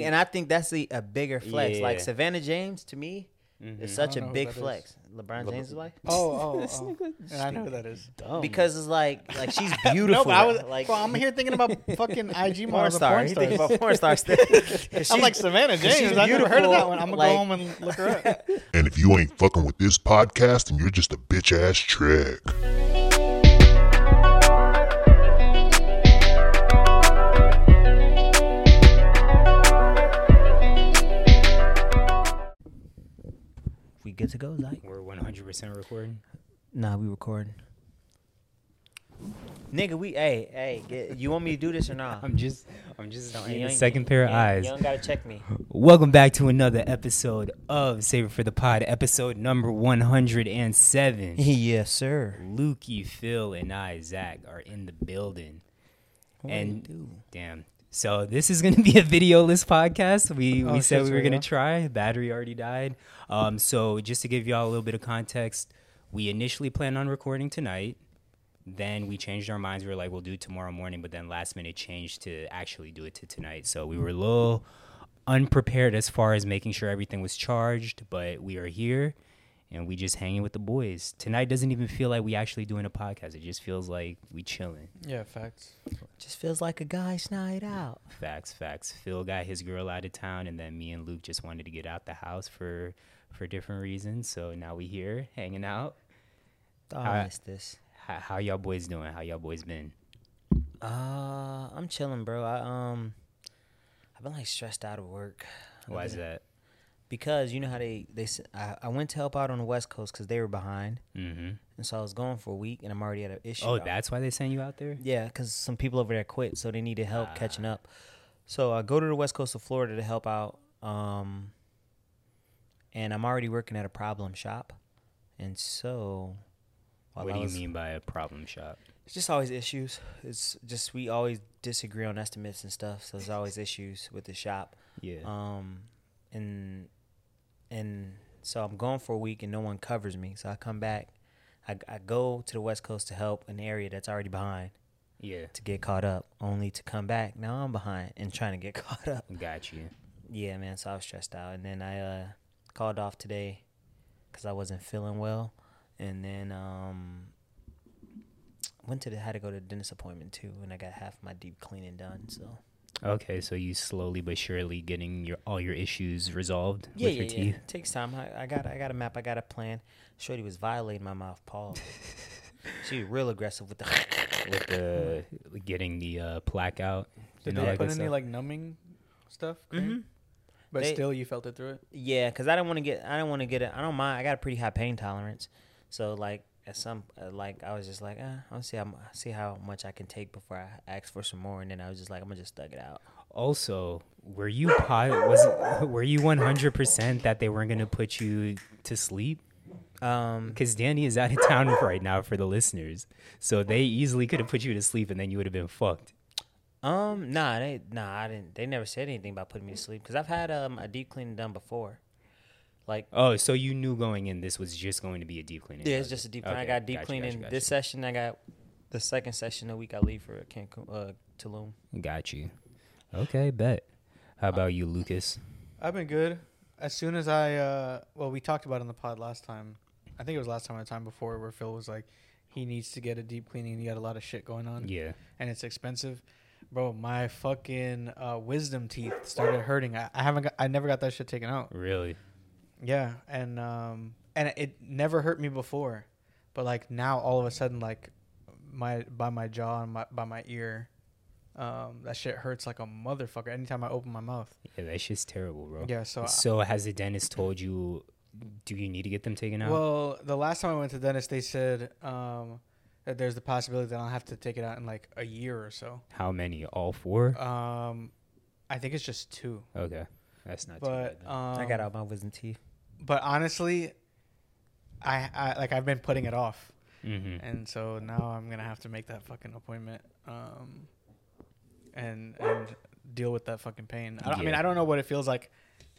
And I think that's a, a bigger flex. Like Yeah. Savannah James to me is Mhm. such a Mm-hmm. I don't know who big that is. flex. LeBron Leb- James' wife. Oh, oh, oh. And I know who that is. Dumb. Because it's like like she's No, beautiful. but I was like like, well, I'm here thinking about fucking IG porn models and star. porn He thinks stars. about porn star stuff. 'Cause I'm she's- like Savannah she's James. I've never heard of that beautiful, one. I'm gonna like- go home and look her up. And if you ain't fucking with this podcast, then you're just a bitch ass trick. we good to go. Like we're 100% recording. nah, we recording. Nigga, we hey hey. Get, you want me to do this or not? I'm just, I'm just You eyeing the ain't- second pair of you ain't- eyes. You don't gotta check me. Welcome back to another episode of Saver for the Pod, episode number 107. yes, sir. Lukey, Phil, and I, Zach, are in the building. and damn. So this is gonna be a videoless podcast. We Oh, we shit, said we were sorry, gonna yeah. try. Battery already died. Um, so just to give y'all a little bit of context, we initially planned on recording tonight. Then we changed our minds. We were like, we'll do it tomorrow morning. But then last minute changed to actually do it to tonight. So we were a little unprepared as far as making sure everything was charged. But we are here, and we just hanging with the boys. Tonight doesn't even feel like we actually doing a podcast. It just feels like we chilling. Yeah, facts. Just feels like a guy's night out. Facts, facts. Phil got his girl out of town, and then me and Luke just wanted to get out the house for for different reasons. So now we here hanging out. Oh, I Alright. missed this. How, how y'all boys doing? How y'all boys been? Uh, I'm chilling, bro. I um, I've been like stressed out of work. I've Why is been- that? Because you know how they they s- I, I went to help out on the West Coast because they were behind, Mm-hmm. and so I was going for a week, and I'm already at an issue. Oh, dog. that's why they sent you out there. yeah, because some people over there quit, so they needed help catching Ah. up. So I go to the West Coast of Florida to help out. Um, and I'm already working at a problem shop, and so. while what I do you was- mean by a problem shop? It's just always issues. It's just we always disagree on estimates and stuff, so there's always issues with the shop. Yeah. Um, and and so I'm gone for a week and no one covers me. So I come back. I, I go to the West Coast to help an area that's already behind yeah. to get caught up, only to come back. Now I'm behind and trying to get caught up. Got you. Yeah, man. So I was stressed out, and then I uh, called off today because I wasn't feeling well, and then um, went to the, had to go to the dentist appointment too, and I got half my deep cleaning done. So Okay, so you slowly but surely getting your all your issues resolved with your teeth. Takes time. I, I got I got a map. I got a plan. Shorty was violating my mouth, Paul. she was real aggressive with the. With the getting the uh, plaque out. Did and all they that put good any stuff? like numbing stuff? Mhm. Mm-hmm. cream? Mm-hmm. But They- still, you felt it through it. Yeah, because I don't want to get. I don't want to get it. I don't mind. I got a pretty high pain tolerance, so like at some uh, like I was just like, eh, I'll see how mu- see how much I can take before I ask for some more, and then I was just like, I'm gonna just thug it out. Also, were you po- was were you one hundred percent that they weren't gonna put you to sleep? Um, Because Danny is out of town right now for the listeners, so they easily could have put you to sleep and then you would have been fucked. um, nah, they nah, I didn't. They never said anything about putting me to sleep because I've had um a deep cleaning done before. Like Oh, so you knew going in this was just going to be a deep cleaning. yeah, it's Okay. just a deep clean. I Okay, got deep gotcha, cleaning gotcha, this gotcha. session. I got the second session a week. I leave for Cancun, uh, Tulum. Got you. Okay, bet. How about you, Lucas? I've been good. As soon as I, uh, well, we talked about it on the pod last time. I think it was last time or the time before where Phil was like, he needs to get a deep cleaning. He got a lot of shit going on. Yeah. and it's expensive. Bro, my fucking uh, wisdom teeth started hurting. I, I haven't. Got, I never got that shit taken out. Really? Yeah, and um, and it never hurt me before, but like now, all of a sudden, like my by my jaw and my, by my ear, um, that shit hurts like a motherfucker. Anytime I open my mouth. Yeah, that shit's terrible, bro. Yeah. So, I- So has the dentist told you? Do you need to get them taken out? well, the last time I went to the dentist, they said um, that there's the possibility that I'll have to take it out in like a year or so. How many? All four? Um, I think it's just two. Okay, that's not too bad. But then. um, I got out my wisdom teeth. but honestly, I, I like I've been putting it off, Mm-hmm. and so now I'm gonna have to make that fucking appointment, um, and and deal with that fucking pain. I, don't- I mean, Yeah. I don't know what it feels like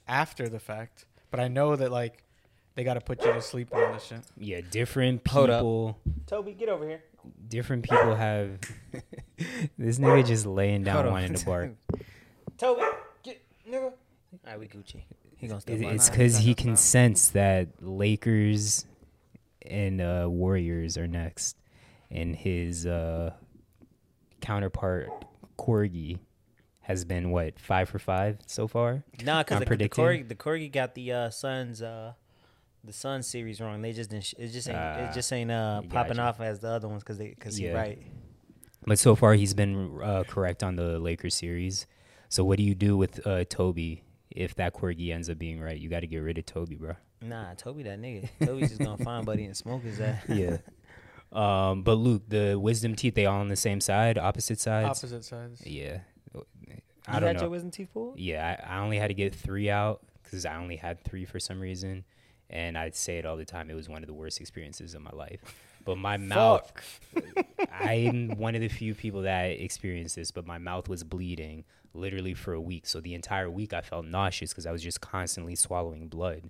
after the fact, but I know that like they gotta put you to sleep on this shit. Yeah, different Hold up. people. Toby, get over here. Different people have. this nigga just laying down Hold on. wanting to bark. Toby, get Nigga. All right, we Gucci. He gonna step It- on It's it. not? because he That's can not- sense that Lakers and uh, Warriors are next, and his uh, counterpart Corgi has been what five for five so far. Nah, because I'm the, the predicting. Corgi, the Corgi got the uh, Suns, uh, the Suns series wrong. They just didn't. Sh- it just ain't. Ah, it just ain't uh, you popping gotcha. off as the other ones because they because Yeah. he right. But so far, he's been uh, correct on the Lakers series. So what do you do with uh, Toby if that Corgi ends up being right? You got to get rid of Toby, bro. Nah, Toby that nigga. Toby's just gonna find Buddy and smoke his ass. Yeah. um, but Luke, the wisdom teeth, they all on the same side, opposite sides. Opposite sides. Yeah. You I don't had know. your wisdom teeth pulled. Yeah, I, I only had to get three out because I only had three for some reason, and I'd say it all the time. It was one of the worst experiences of my life. But my mouth, I'm one of the few people that experienced this. But my mouth was bleeding literally for a week. So the entire week, I felt nauseous because I was just constantly swallowing blood.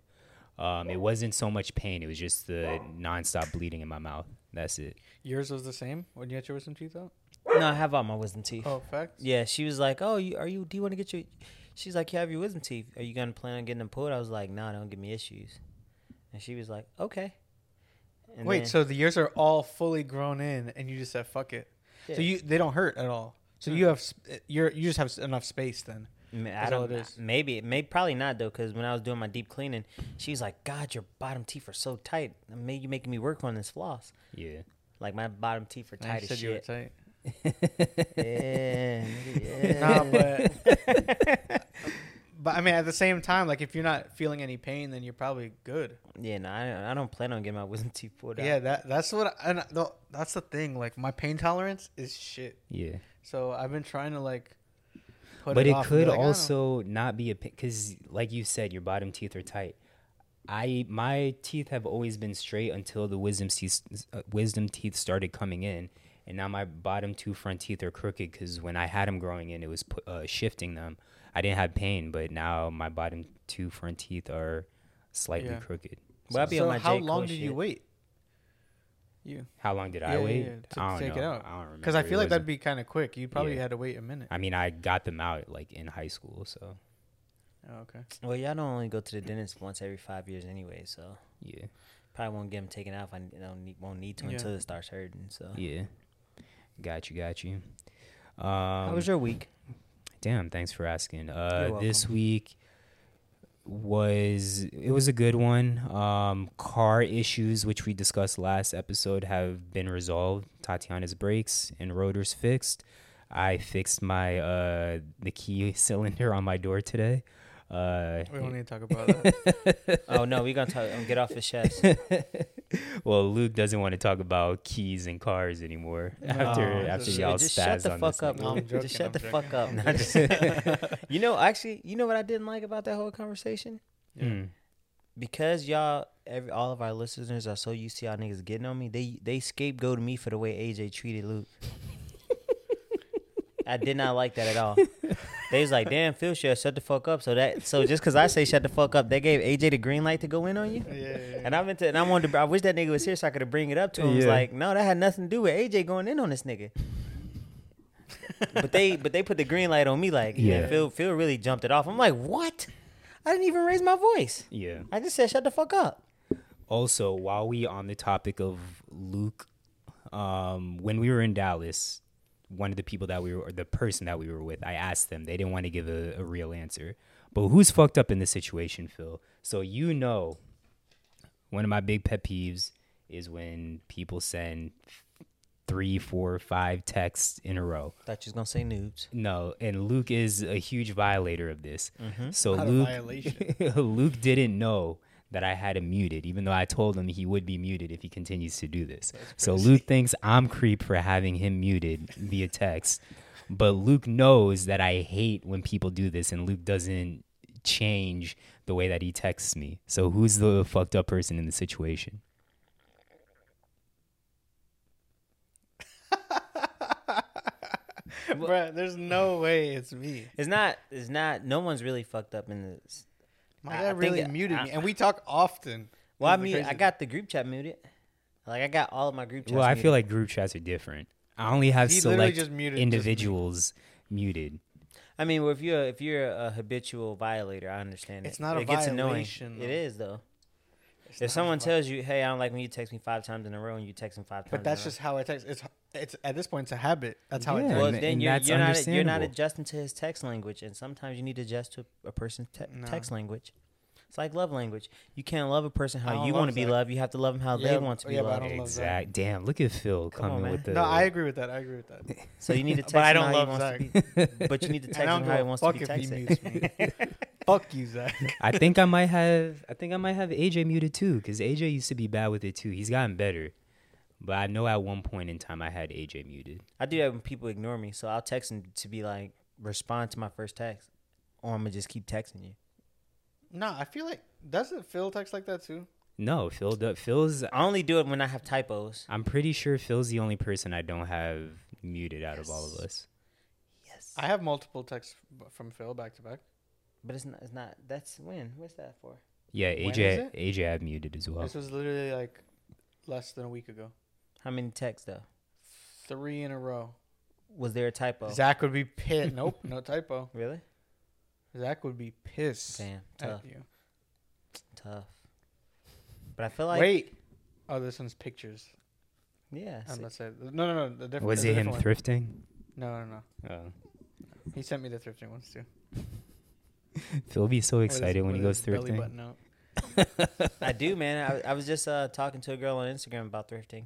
Um, it wasn't so much pain; it was just the nonstop bleeding in my mouth. That's it. Yours was the same when you had your wisdom teeth out. No, I have all my wisdom teeth. Oh, facts. Yeah, she was like, "Oh, you, are you? Do you want to get your?" She's like, "You have your wisdom teeth. Are you gonna plan on getting them pulled?" I was like, "Nah, don't give me issues." And she was like, "Okay." And Wait, then- so the ears are all fully grown in, and you just said fuck it. So Yeah. you they don't hurt at all. So you have sp- eh, you're you just have s- enough space then. M- I That's all don't. it is. Maybe, maybe, probably not though, because when I was doing my deep cleaning, she was like, "God, your bottom teeth are so tight. May you making me work on this floss. Yeah. Like my bottom teeth are And you tight as said you were shit." tight. yeah, nigga, yeah. nah, but but I mean at the same time, like if you're not feeling any pain, then you're probably good. yeah. No, I, don't- I don't plan on getting my wisdom teeth pulled out. Yeah, that that's what I, and no, that's the thing. Like my pain tolerance is shit. Yeah. So I've been trying to like. Put but it, off and be could like, I don't- also not be a because like you said your bottom teeth are tight i my teeth have always been straight until the wisdom teeth uh, wisdom teeth started coming in and now my bottom two front teeth are crooked because when i had them growing in it was pu- uh, shifting them i didn't have pain but now my bottom two front teeth are slightly Yeah. crooked But I'll be So on my how J. long Cole did you shit. wait? You how long did Yeah, i yeah, wait yeah, to i don't take know it out. i don't remember because I It feel like that'd wasn't- be kind of quick. You probably Yeah. had to wait a minute. i mean i got them out like in high school so Oh, okay. Well, y'all don't only go to the dentist once every five years anyway, so yeah probably won't get them taken out if I don't need, won't need to Yeah. until it starts hurting. So, Yeah. Got you, got you. Um, how was your week? damn, thanks for asking. Uh, You're this week was it was a good one. Um, car issues, which we discussed last episode, have been resolved. Tatiana's brakes and rotors fixed. I fixed my uh, the key cylinder on my door today. Uh, We don't need to talk about that. oh no, we gonna talk, um, get off the chest. well, Luke doesn't want to talk about keys and cars anymore after No, after just- y'all Oh, just spaz shut the on fuck this up. nigga. I'm Luke. joking, just shut I'm the joking, fuck up. I'm Nah, just- you know, actually, you know what I didn't like about that whole conversation? Mm. Because y'all, every, all of our listeners are so used to y'all niggas getting on me. They they scapegoated me for the way AJ treated Luke. I did not like that at all. They was like, "Damn, Phil, should shut the fuck up." So that, so just because I say shut the fuck up, they gave AJ the green light to go in on you. yeah, yeah, yeah. And I meant to, and I wanted to. I wish that nigga was here so I could have bring it up to him. It's Yeah. like, no, that had nothing to do with AJ going in on this nigga. but they, but they put the green light on me. Like, yeah, Yeah. Phil, Phil really jumped it off. I'm like, what? I didn't even raise my voice. Yeah. I just said, shut the fuck up. Also, while we on the topic of Luke, um, when we were in Dallas, one of the people that we were, or the person that we were with, I asked them. They didn't want to give a, a real answer. But who's fucked up in this situation, Phil? So you know, one of my big pet peeves is when people send three, four, five texts in a row. Thought you was gonna say noobs. No, and Luke is a huge violator of this. So Not a Luke, violation. Luke didn't know that I had him muted, even though I told him he would be muted if he continues to do this. So Luke thinks I'm creep for having him muted via text, but Luke knows that I hate when people do this, and Luke doesn't change the way that he texts me. So who's the fucked up person in the situation? Bruh, there's no way it's me. It's not. It's not. No one's really fucked up in this. My I- dad I think really it- muted I- me, and we talk often. Well, I That's the mean, I crazy got the group chat muted. Like I got all of my group chats. well, I muted. feel like group chats are different. I only have He literally select just muted- just muted. individuals muted. I mean, well, if you're if you're a habitual violator, I understand It's it. not a it gets violation, Annoying. It though. is though. It's if not someone vi- tells you, "Hey, I don't like when you text me five times in a row," and you text them five times, but that's in a row, just how I text. It's it's at this point it's a habit. That's how Yeah. I well, text. and- then and you're, that's you're not you're not understandable. adjusting to his text language, and sometimes you need to adjust to a person's te- No. text language. It's like love language. You can't love a person I how don't you want love to be Zach. loved. You have to love them how Yeah, they want to be yeah, but I loved. don't love that. Exact. Damn. Look at Phil Come on, coming man. with the. No, I agree with that. I agree with that. So you need to text I him don't how love he wants Zach. to be. But you need to text And I him don't how give he a wants to fuck be if he texted. mutes me. fuck you, Zach. I think I might have. I think I might have AJ muted too, because AJ used to be bad with it too. He's gotten better, but I know at one point in time I had AJ muted. I do that when people ignore me, so I'll text them to be like respond to my first text, or I'm gonna just keep texting you. No, I feel like doesn't Phil text like that too? No, Phil. do- Phil's. I only do it when I have typos. I'm pretty sure Phil's the only person I don't have muted out of all of us. Yes, I have multiple texts b- from Phil back to back. but it's not. It's not. That's when. What's that for? Yeah, When is AJ. it? AJ, I have muted as well. This was literally like less than a week ago. How many texts though? Three in a row. Was there a typo? Zach would be pissed. nope, no typo. Really? Zach would be pissed Damn, tough, at you. tough. But I feel like Wait. Oh, this one's pictures. yeah. I'm see- not saying. No, no, no. The different. Was there's it a him different one. thrifting? No, no, no. Oh. He sent me the thrifting ones too. Phil be so What is- excited when what he is goes his belly thrifting. button out? I do, man. I, I was just uh, talking to a girl on Instagram about thrifting,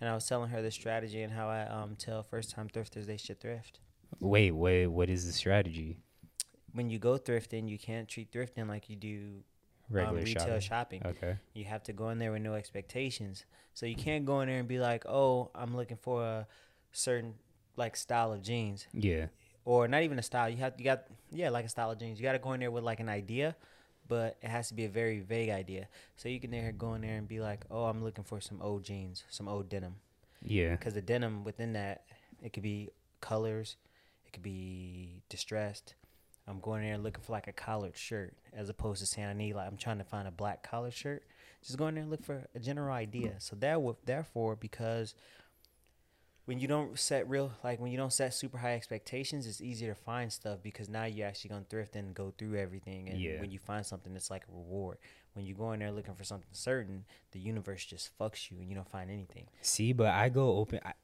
and I was telling her the strategy and how I um, tell first time thrifters they should thrift. Wait, wait. What is the strategy? When you go thrifting, you can't treat thrifting like you do um, Regular retail shopping. shopping. Okay. You have to go in there with no expectations. So you can't go in there and be like, "Oh, I'm looking for a certain like style of jeans." Yeah. or not even a style. You have you got yeah, like a style of jeans. You got to go in there with like an idea, but it has to be a very vague idea. So you can there go in there and be like, oh, I'm looking for some old jeans, some old denim, Yeah. because the denim within that it could be colors, it could be distressed. I'm going in there looking for like a collared shirt, as opposed to saying I need like I'm trying to find a black collared shirt. Just go in there and look for a general idea. So that would therefore because when you don't set real like when you don't set super high expectations it's easier to find stuff because now you're actually going to thrift and go through everything and Yeah. when you find something it's like a reward when you go in there looking for something certain the universe just fucks you and you don't find anything See, but I go open. I,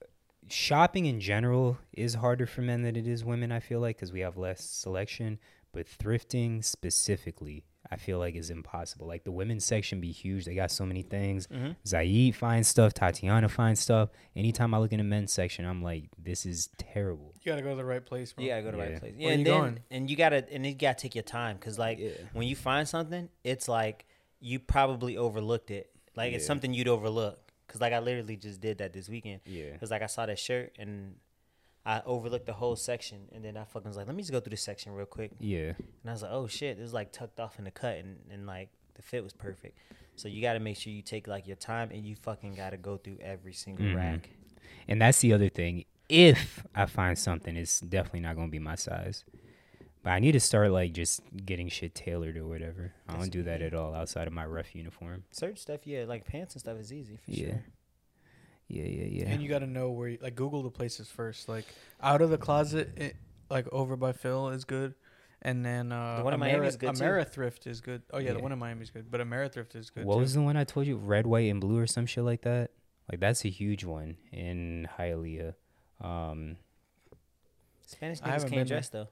shopping in general is harder for men than it is women. I feel like because we have less selection. But thrifting specifically, I feel like is impossible. Like the women's section be huge. They got so many things. Zaid finds stuff. Tatiana finds stuff. Anytime I look in the men's section, I'm like, this is terrible. You gotta go to the right place, bro. you gotta go to the Yeah. right place yeah Where and you then going? and you gotta and you gotta take your time because like when you find something it's like you probably overlooked it like it's Yeah. something you'd overlook because like i literally just did that this weekend Yeah. Because like I saw that shirt and I overlooked the whole section, and then I fucking was like, let me just go through this section real quick. Yeah. And I was like, oh shit, it was like tucked off in the cut, and, and like the fit was perfect. So you got to make sure you take like your time, and you fucking got to go through every single Mm-hmm. Mhm. rack. And that's the other thing. If I find something, it's definitely not going to be my size. But I need to start like just getting shit tailored or whatever. I That's don't do that easy. at all outside of my rough uniform. Certain stuff, yeah, like pants and stuff is easy for Yeah. sure. Yeah, yeah, yeah. And you gotta know where. You, like Google the places first. Like out of the closet, it, like over by Phil is good. And then uh, The one in Miami is Ameri- good, too. Amerithrift is good. Oh yeah, the Yeah. one in Miami is good, but Amerithrift is good. what too. was the one I told you? Red, white, and blue or some shit like that? Like that's a huge one in Hialeah. Um, Spanish I haven't niggas been can't dress though.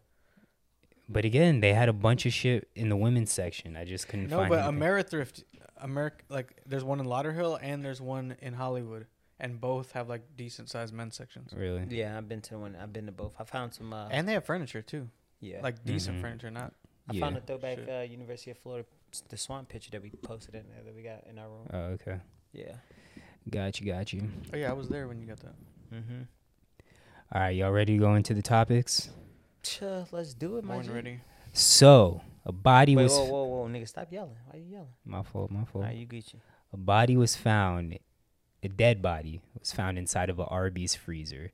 but again, they had a bunch of shit in the women's section. I just couldn't No, find but anything. Amerithrift, America, like there's one in Lauderhill and there's one in Hollywood, and both have like decent sized men's sections, really. Yeah, I've been to the one. I've been to both. I found some. Uh, and they have furniture too, yeah, like like decent Mhm. furniture. Not I yeah. found a throwback Shit. uh, University of Florida, the swamp picture that we posted in there that we got in our room. Oh, okay. Yeah. Got you, got you. oh yeah, I was there when you got that. Mm-hmm. All right, y'all ready to go into the topics? Chuh, uh, let's do it, my Born G. ready. So a body Wait, was. whoa, whoa, whoa, nigga, stop yelling. Why you yelling? My fault, my fault. Nah, you Gucci. A body was found, a dead body was found inside of a Arby's freezer.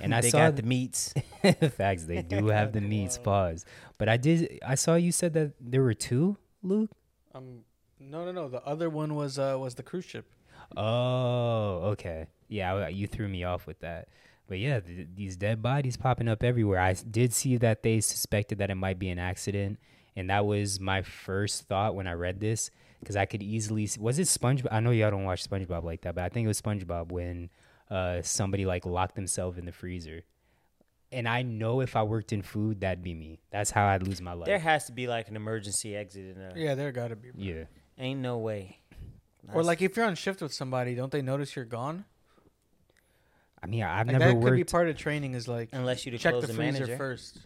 And I they saw got the meats. the facts. They do have the meats. Pause. But I did. I saw you said that there were two, Luke. Um, no, no, no. The other one was uh was the cruise ship. Oh, okay. Yeah, I- you threw me off with that. But yeah, th- these dead bodies popping up everywhere. I s- did see that they suspected that it might be an accident, and that was my first thought when I read this because I could easily s- was it SpongeBob? I know y'all don't watch SpongeBob like that, but I think it was SpongeBob when uh, somebody like locked themselves in the freezer. And I know if I worked in food, that'd be me. That's how I'd lose my life. There has to be like an emergency exit in there. Yeah, there gotta be. yeah. Ain't no way. Or like if you're on shift with somebody, don't they notice you're gone? I mean, I've Like never that could be worked. part of training. Is like unless you to check close the the, freezer manager. first.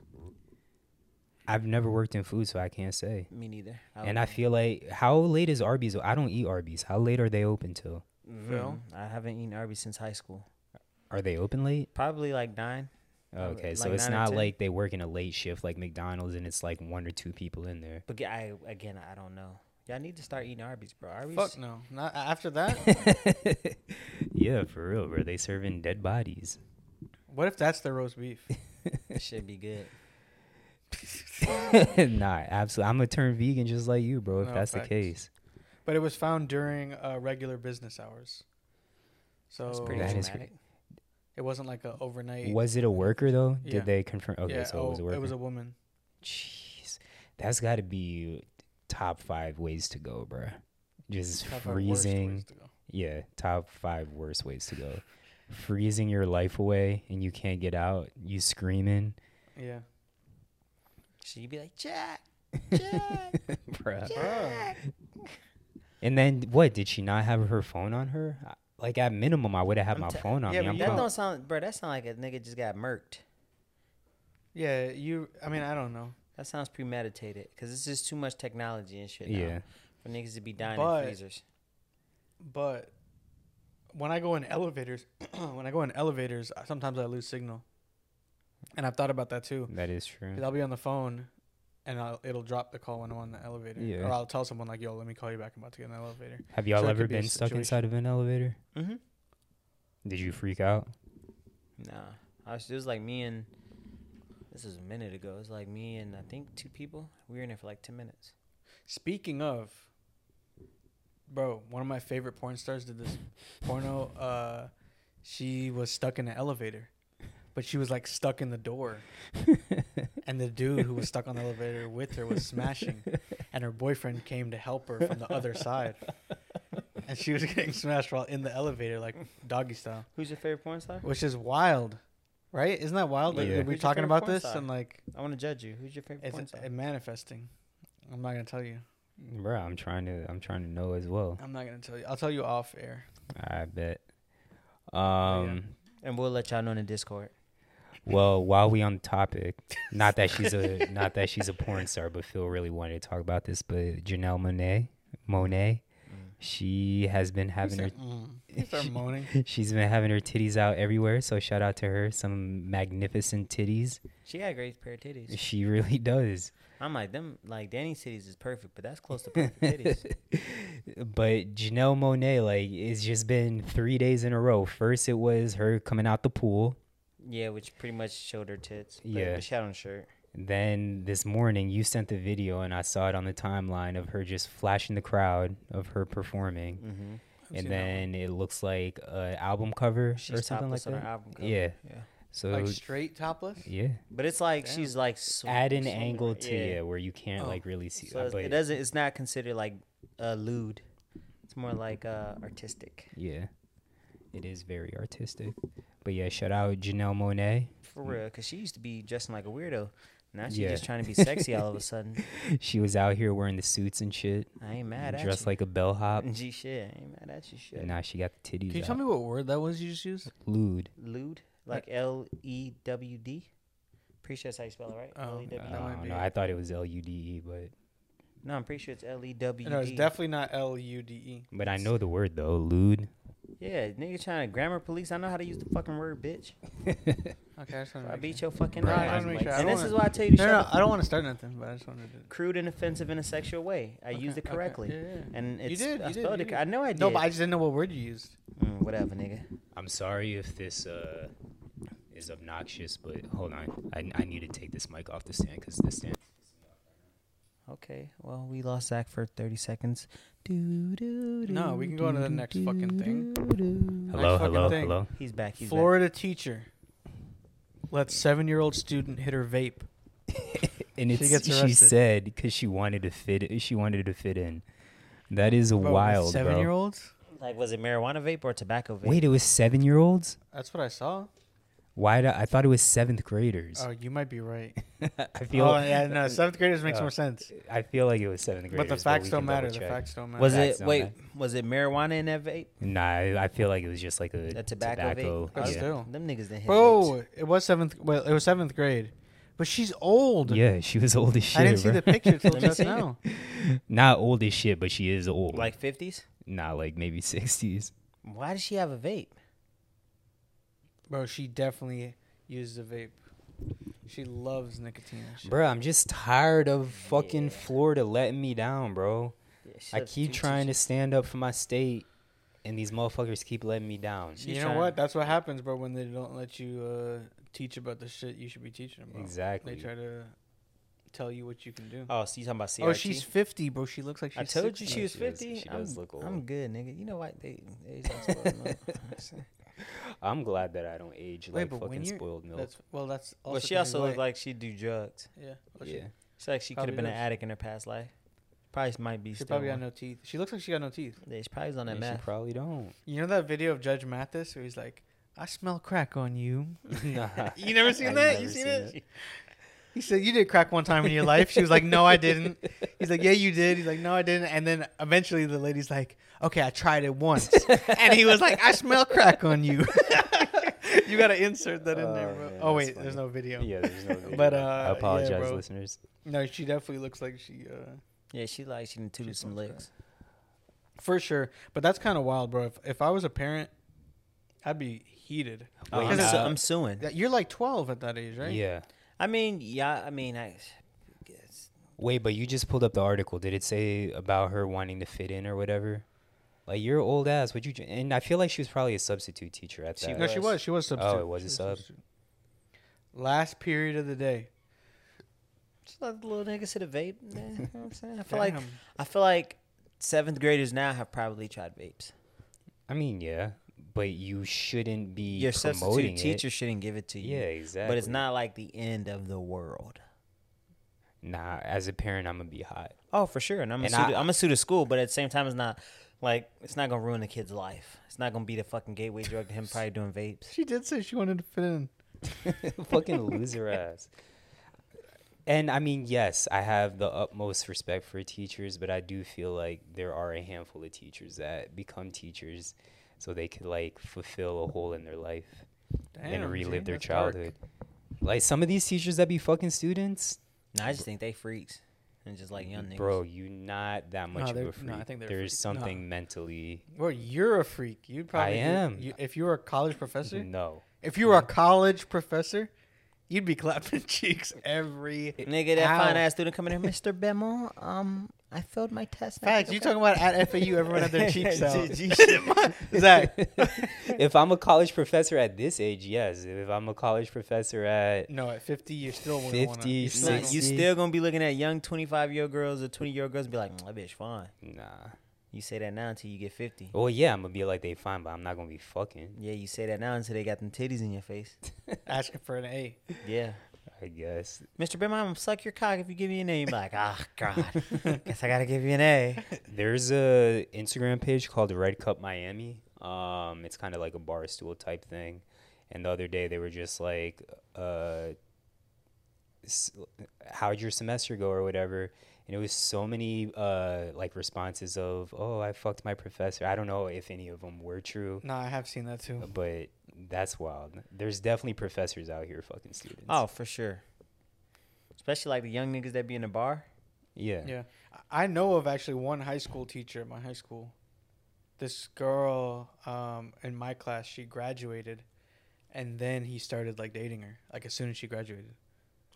I've never worked in food, so I can't say. Me neither. And I feel like how late is Arby's? I don't eat Arby's. How late are they open till? Phil, I haven't eaten Arby's since high school. Are they open late? Probably like nine. Okay, so like it's nine or not 10. like they work in a late shift like McDonald's and it's like one or two people in there. But g- I again, I don't know. Y'all need to start eating Arby's, bro. Arby's. Fuck no. Not after that. yeah, for real, bro. They serving dead bodies. what if that's the roast beef? It should be good. nah, absolutely. I'm gonna turn vegan just like you, bro. If No, that's the facts. case, But it was found during uh, regular business hours. So That's pretty That is dramatic. it wasn't like a overnight. was it a worker though? Yeah. Did they confirm? Okay, yeah, so it was a oh, worker. it was a woman. Jeez, that's got to be top five ways to go, bro. Just Top five worst freezing. ways to go. yeah, top five worst ways to go. Freezing your life away and you can't get out. You screaming, Yeah. Should you be like Jack? Jack. bruh. Uh, Bruh. And then what? Did she not have her phone on her? I- Like at minimum, I would have had I'm my t- phone on yeah, me. but I'm you that pro- don't sound, bro. That sound like a nigga just got murked. Yeah. You. I mean, I don't know. That sounds premeditated because it's just too much technology and shit. Yeah. yeah, For niggas to be dying But- in freezers. But when I go in elevators, when I go in elevators, I- sometimes I lose signal. And I've thought about that too. that is true. 'Cause I'll be on the phone, and I'll, it'll drop the call when I'm on the elevator. Yeah. Or I'll tell someone like, "Yo, let me call you back. I'm about to get in the elevator." Have y'all so it ever could be a been stuck situation. inside of an elevator? Mm-hmm. Did you freak out? Nah, I was, it was like me and this was a minute ago. It was like me and I think two people. We were in there for like ten minutes. Speaking of, bro, one of my favorite porn stars did this porno. Uh, she was stuck in an elevator, but she was like stuck in the door, and the dude who was stuck on the elevator with her was smashing, and her boyfriend came to help her from the other side, and she was getting smashed while in the elevator, like doggy style, Who's your favorite porn star? which is wild, right? Isn't that wild? Like, Yeah. we Who's We're your talking favorite about porn this, star? and like I want to judge you. Who's your favorite porn it's star? it um, manifesting. I'm not gonna tell you. Bro, I'm trying to. I'm trying to know as well. I'm not gonna tell you. I'll tell you off air. I bet. Oh, yeah. Um. and we'll let y'all know in the Discord. Well, while we on the topic, not that she's a not that she's a porn star, but Phil really wanted to talk about this. But Janelle Monet, Monet, she has been having her You start moaning. she's been having her titties out everywhere. So shout out to her, some magnificent titties. She got a great pair of titties. She really does. I'm like them. Like Danny's titties is perfect, but that's close to perfect titties. But Janelle Monet, like, it's just been three days in a row. First, it was her coming out the pool. Yeah, which pretty much showed her tits. But, Yeah. but she had on a shirt. Then this morning, you sent the video, and I saw it on the timeline of her just flashing the crowd of her performing. And seen that then it looks like an album cover She's or something like topless that. on her album cover. Yeah. Yeah. So, Like straight topless. Oh, yeah, But it's like she's like sw- add an somewhere. angle to Yeah. Oh, yeah. where you can't like really see. So it's- but it doesn't. It's not considered like uh, lewd. It's more like uh, artistic. yeah, it is very artistic. But yeah, shout out Janelle Monet. For real, because she used to be dressing like a weirdo. Now she's Mm. Yeah. just trying to be sexy all of a sudden. She was out here wearing the suits and shit, I ain't mad at dressed you. like a bellhop. G shit. I ain't mad at you shit. And now she got the titties. Can you tell out. me what word that was you just used? Lewd. Lewd, like L E W D. Pretty sure that's how you spell it, right? Oh, L E I W. that might don't be know. it. I thought it was L U D E, but No, I'm pretty sure it's L E W D. No, it's definitely not L U D E. but I know the word though. Lewd. Yeah, nigga trying to grammar police. I know how to use the fucking word, bitch. Okay, I just want I to make beat your fucking Bruh, ass. I wanna make sure. I And don't this is wanna- why I tell you sure. to No, E shut no, the I don't want to start nothing, but I just wanted to. crude and offensive in a sexual way. I used it okay, correctly, yeah, yeah. and it's did, I you did, spelled you it. did. I know I did. No, but I just didn't know what word you used. Mm, whatever, nigga. I'm sorry if this uh, is obnoxious, but hold on. I, I need to take this mic off the stand because this stand. Okay, well, we lost Zach for 30 seconds. Doo, doo, No, doo, we can go on to the doo, next doo, fucking thing. doo, doo. Hello, fucking hello, thing. hello. He's back. He's Florida teacher let seven year old student hit her vape. and She it's, she, gets arrested. said because she wanted to fit. She wanted to fit in. That is wild, Seven year bro. olds? Like, was it marijuana vape or tobacco vape? Wait, it was seven year olds. That's what I saw. Why? Did I, I thought it was seventh graders. Oh, you might be right. I feel. oh yeah, no, seventh graders makes uh, more sense. I feel like it was seventh graders. But the facts we don't can matter. The double check. facts don't matter. was That's it? not Wait, bad. was it marijuana in that vape? Nah, I, I feel like it was just like a, The tobacco, tobacco. vape? Oh, But yeah. still. Them niggas didn't hit vapes. Bro, it was seventh. Well, it was seventh grade, but she's old. Yeah, she was old as shit. I didn't see bro. the picture till Let me just see. now. Not old as shit, but she is old. Like 50s? not like maybe sixties. Why does she have a vape? Bro, she definitely used the vape. She loves nicotine. and shit. Bro, I'm just tired of fucking Yeah. Florida letting me down, bro. Yeah, she I look- keep she- she- trying to stand up for my state, and these motherfuckers keep letting me down. She's You know trying- what? That's what happens, bro. When they don't let you uh, teach about the shit you should be teaching about. Exactly. They try to tell you what you can do. Oh, so you talking about CRT? oh, she's fifty, bro. She looks like she's. I told 60. you No, she was she does- 50. she does I'm, look I'm old. good, nigga. You know what? They, they just uh, spoiled me. I'm glad that I don't age Wait, like but when fucking you're- spoiled milk. That's well. That's also Well, she 'cause also you're looked white. like she do drugs. yeah. well, yeah, She's like she could Probably have been an does. addict in her past life. Probably might be She, she still. probably got one. no teeth. She looks like she got no teeth. Yeah, she probably was on that Yeah, she meth. probably don't. You know that video of Judge Mathis where he's like, "I smell crack on you." nah, You never seen I've that? never you seen, seen it? that. He said, You did crack one time in your life. She was like, No, I didn't. He's like, Yeah, you did. He's like, No, I didn't. And then eventually the lady's like, Okay, I tried it once. and he was like, I smell crack on you. you got to insert that in there, Oh, bro. man, oh, that's wait, there's funny. no video. yeah. There's no video. But, uh, I yeah, apologize, bro. listeners. No, she definitely looks like she, uh, Yeah, she like she done tooted some smells licks. for sure. But that's kind of wild, bro. If, if I was a parent, I'd be heated. Oh, I'm, yeah. su- Uh, I'm suing. That- You're like 12 at that age, right? Yeah. I mean, yeah. I mean, I guess Wait, but you just pulled up the article. Did it say about her wanting to fit in or whatever? Like you're old ass. Would you? j- And I feel like she was probably a substitute teacher at She that. No, she was. She was substitute. Oh, was a She sub. substitute. Last period of the day. just let the little niggas hit a vape. Man, you know what I'm saying? I feel like Damn. I feel like seventh graders now have probably tried vapes. I mean, yeah, but you shouldn't be Your promoting substitute it. teacher shouldn't give it to you. Yeah, exactly. But it's not like the end of the world. Nah, as a parent, I'm gonna be hot. Oh, for sure. And I'm And gonna sue I- to- I'm gonna sue the school, but at the same time, it's not like it's not gonna ruin the kid's life. It's not gonna be the fucking gateway drug to him probably doing vapes. She did say she wanted to fit in. Fucking loser ass. And I mean, yes, I have the utmost respect for teachers, but I do feel like there are a handful of teachers that become teachers so they could like fulfill a hole in their life. and relive their childhood. Like some of these teachers that be fucking students, No, I just think they freaks and just like young niggas. bro, you not that much of they're- a freak. no, I think they're There's freaks. something mentally Well, you're a freak. You'd probably. do- am. Mm-hmm. you- if you were a college professor, no. if you were a college professor, you'd be clapping cheeks every. Nigga, that Ow. fine ass student coming in, Mr. Bemmel. Um, I failed my test. and I Facts. think You I'm talking about at FAU? Everyone had their cheeks out. G- G- Zach. if I'm a college professor at this age, yes. If I'm a college professor at No, at 50, you're still one. 50, Nah, you 60. still gonna be looking at young 25 year old girls or 20 year old girls and be like, "Mm, that bitch fine. nah. You say that now until you get 50. Well, yeah, I'm gonna be like they fine, but I'm not gonna be fucking. Yeah, you say that now until they got them titties in your face. asking for an A. Yeah. I guess. Mr. Bim, I'm gonna suck your cock if you give me an A. You're like, ah, God. Guess I gotta give you an A. There's a Instagram page called Red Cup Miami. Um, it's kind of like a bar stool type thing. And the other day they were just like, uh, s- "How'd your semester go?" or whatever. And it was so many uh, like responses of, "Oh, I fucked my professor." I don't know if any of them were true, No, I have seen that too. but that's wild. There's definitely professors out here fucking students. Oh, for sure. Especially like the young niggas that be in the bar. yeah, Yeah, I- I know of actually one high school teacher at my high school. This girl um, in my class, she graduated, and then he started like dating her. Like as soon as she graduated.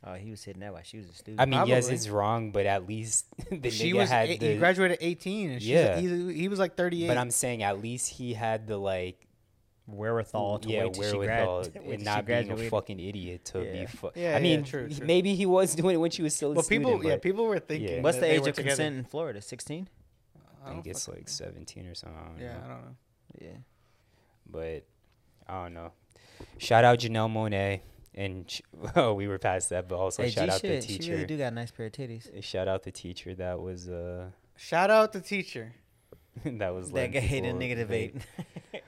Oh, he was hitting that while she was a student. I mean, yes, Probably. it's wrong, but at least the she nigga was had eight- the. he graduated 18 and she's Yeah. he, he was like 38 but I'm saying at least he had the like wherewithal to yeah, wait till wherewithal she grad- wait till and she not being a graduated. fucking idiot to be. Yeah. Fu- Yeah, I yeah, mean, true, he- true. maybe he was doing it when she was still a well student. people yeah but people were thinking Yeah. What's that the they age were of together. consent in Florida? 16? I I don't think it's fucking like 17 or something. I don't know. yeah know. i don't know Yeah. But I don't know. Shout out Janelle Monet. and sh- oh, we were past that, but also Hey, shout G out shit, the she teacher. really do got a nice pair of titties. Shout out the teacher that was uh Shout out the teacher. that was That letting guy hit a people negative debate. eight.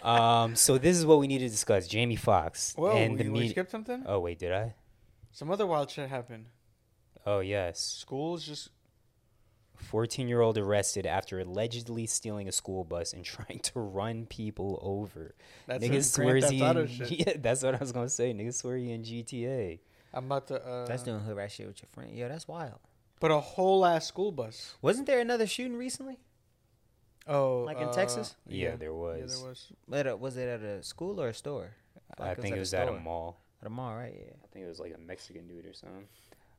um, so this is what we need to discuss: Jamie Foxx Whoa, and the you, we media. skipped something? Oh wait, did I? Some other wild shit happened. Oh yes, Schools just fourteen-year-old arrested after allegedly stealing a school bus and trying to run people over. that's Nigga some swears Grand Theft he. Auto In, shit. yeah, that's what I was gonna say. Nigga swear he in GTA. I'm about to. Uh, that's doing hood rat shit with your friend. Yo, that's wild. but a whole ass school bus. Wasn't there another shooting recently? Oh, Like in uh, Texas? Yeah, there Yeah, was. there was. But uh, was it at a school or a store? Fuck, I think it was at a store. mall. At a mall, right? Yeah. I think it was like a Mexican dude or something.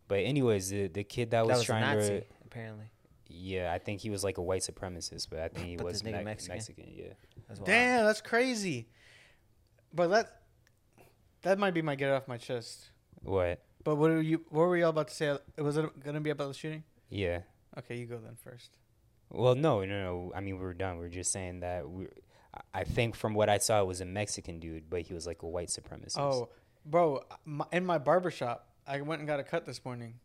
But anyways, the, the kid that was, that was a trying Nazi, to apparently. yeah, I think he was like a white supremacist, but I think he But was this nigga Me- Mexican. Mexican. Yeah. That's wild. Damn, that's crazy. But that that might be my get it off my chest. What? But what were you? What were y'all about to say? Was it gonna be about the shooting? Yeah. Okay, you go then first. Well, no, no, no. I mean, we were done. We were just saying that we. I- I think from what I saw, it was a Mexican dude, but he was like a white supremacist. Oh, bro, my, in my barber shop, I went and got a cut this morning,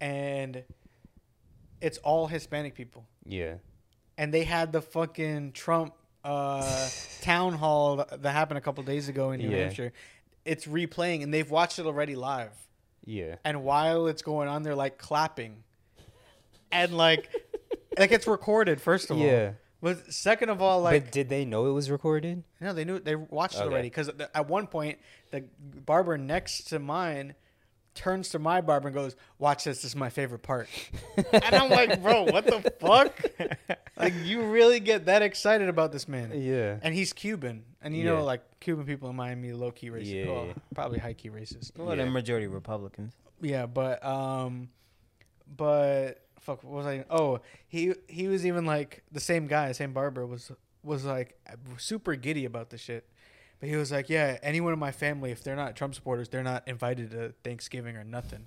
and it's all Hispanic people, Yeah. and they had the fucking Trump uh, town hall that happened a couple days ago in New Yeah. Hampshire. It's replaying, and they've watched it already live. Yeah. And while it's going on, they're like clapping, and like, like it's recorded. First of all, Yeah. But second of all, like but did they know it was recorded? no, they knew they watched it Okay. already. Because at one point, the barber next to mine turns to my barber and goes, "Watch this. This is my favorite part." and I'm like, "Bro, what the fuck? like, you really get that excited about this man?" Yeah. And he's Cuban, and you Yeah. know, like Cuban people in Miami, low key racist, Yeah. Well, probably high key racist. Well, Yeah. the majority Republicans. Yeah, but um, but fuck, what was I? Oh, he he was even like the same guy, same barber was was like super giddy about the shit. But he was like, yeah, anyone in my family, if they're not Trump supporters, they're not invited to Thanksgiving or nothing.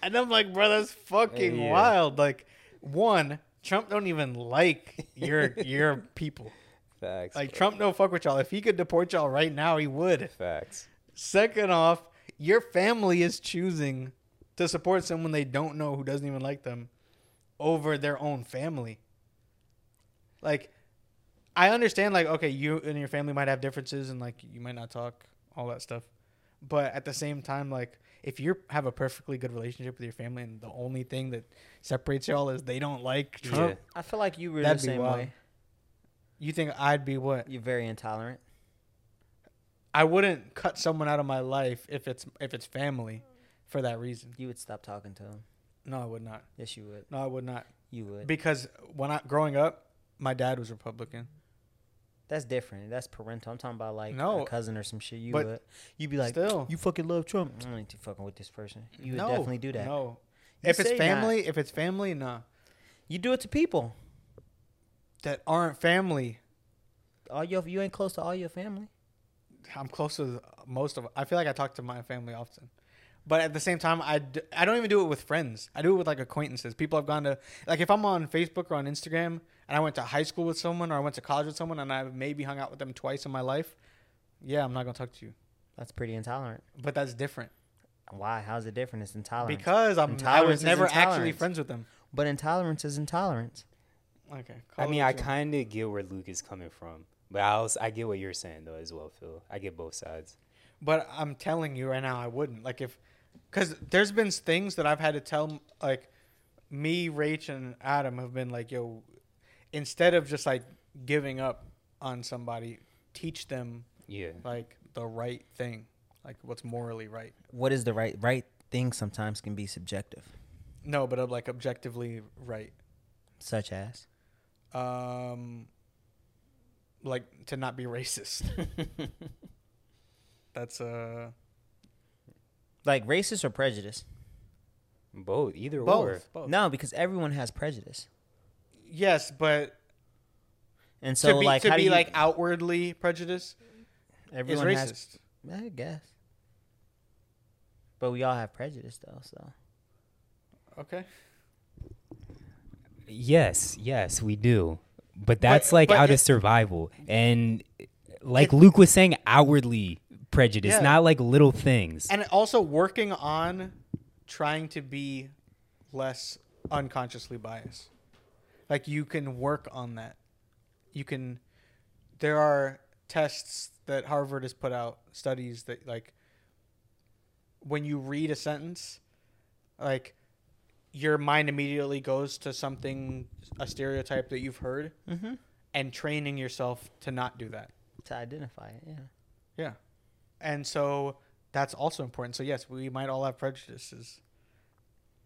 And I'm like, bro, that's fucking Yeah. wild. Like, one, Trump don't even like your your people. Facts. Like, bro. Trump don't fuck with y'all. If he could deport y'all right now, he would. Facts. Second off, your family is choosing to support someone they don't know who doesn't even like them over their own family. Like, I understand, like, okay, you and your family might have differences and, like, you might not talk, all that stuff. But at the same time, like, if you have a perfectly good relationship with your family and the only thing that separates y'all is they don't like Trump, Yeah. I feel like you were That'd the be same wild. way. you think I'd be what? You're very intolerant. I wouldn't cut someone out of my life if it's if it's family for that reason. You would stop talking to him. No, I would not. Yes, you would. No, I would not. You would. Because when I growing up, my dad was Republican. That's different. That's parental. I'm talking about like No. a cousin or some shit. You But would. You'd be like, still. you fucking love Trump. I ain't too fucking with this person. You would no, definitely do that. No. You if it's say not. family, if it's family, nah. You do it to people. That aren't family. All your you ain't close to all your family. I'm close to most of. I feel like I talk to my family often, but at the same time, I, d- I don't even do it with friends. I do it with like acquaintances. People I've gone to like if I'm on Facebook or on Instagram and I went to high school with someone or I went to college with someone and I maybe hung out with them twice in my life. Yeah, I'm not gonna talk to you. That's pretty intolerant. But that's different Why? How's it different? It's intolerant. because I'm I Intolerance was is never actually intolerance. friends with them. But intolerance is intolerance. Okay. I call it mean, what I you want. kind of get where Luke is coming from, but I also I get what you're saying though as well, Phil. I get both sides. But I'm telling you right now, I wouldn't. Like if, because there's been things that I've had to tell, like me, Rach, and Adam have been like, yo, instead of just like giving up on somebody, teach them Yeah. like the right thing, like what's morally right. What is the right right thing? Sometimes can be subjective, No, but of like objectively right. such as Um, like to not be racist. That's uh like racist or prejudice. Both, either or. both. both. No, because everyone has prejudice, Yes, but and so to be, like to how be do you, like outwardly prejudiced is everyone racist. has I guess. But we all have prejudice though, so Okay. Yes, yes, we do. But that's like but out it- of survival, and like Luke was saying, outwardly prejudice, Yeah. not like little things. and also working on trying to be less unconsciously biased like you can work on that you can there are tests that harvard has put out studies that like when you read a sentence like your mind immediately goes to something a stereotype that you've heard Mm-hmm. and training yourself to not do that To identify it, yeah. yeah. And so that's also important. So yes, we might all have prejudices,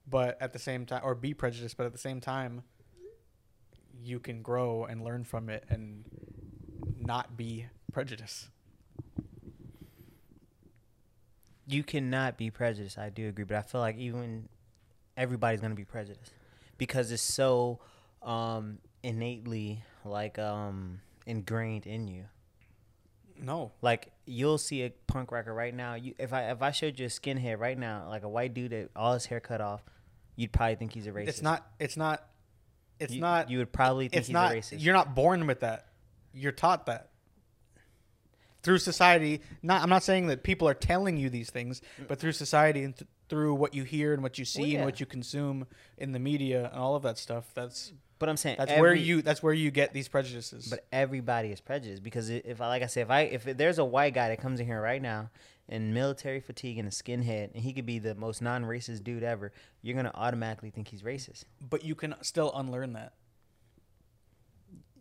but at the same time, or be prejudiced, but at the same time, you can grow and learn from it and not be prejudiced. You cannot be prejudiced. I do agree, but I feel like even everybody's gonna be prejudiced because it's so um, innately like um, ingrained in you. No. Like you'll see a punk rocker right now. You, if I if I showed you a skinhead right now, like a white dude that all his hair cut off, you'd probably think he's a racist. It's not it's not it's You- not You would probably think it's he's not a racist. you're not born with that. You're taught that. Through society, not I'm not saying that people are telling you these things, but through society and th- through what you hear and what you see yeah. and what you consume in the media and all of that stuff, that's but I'm saying that's where every- you that's where you get these prejudices. But everybody is prejudiced because i- if I like I said, if I if there's a white guy that comes in here right now in military fatigue and a skinhead, and he could be the most non-racist dude ever, you're gonna automatically think he's racist. but you can still unlearn that.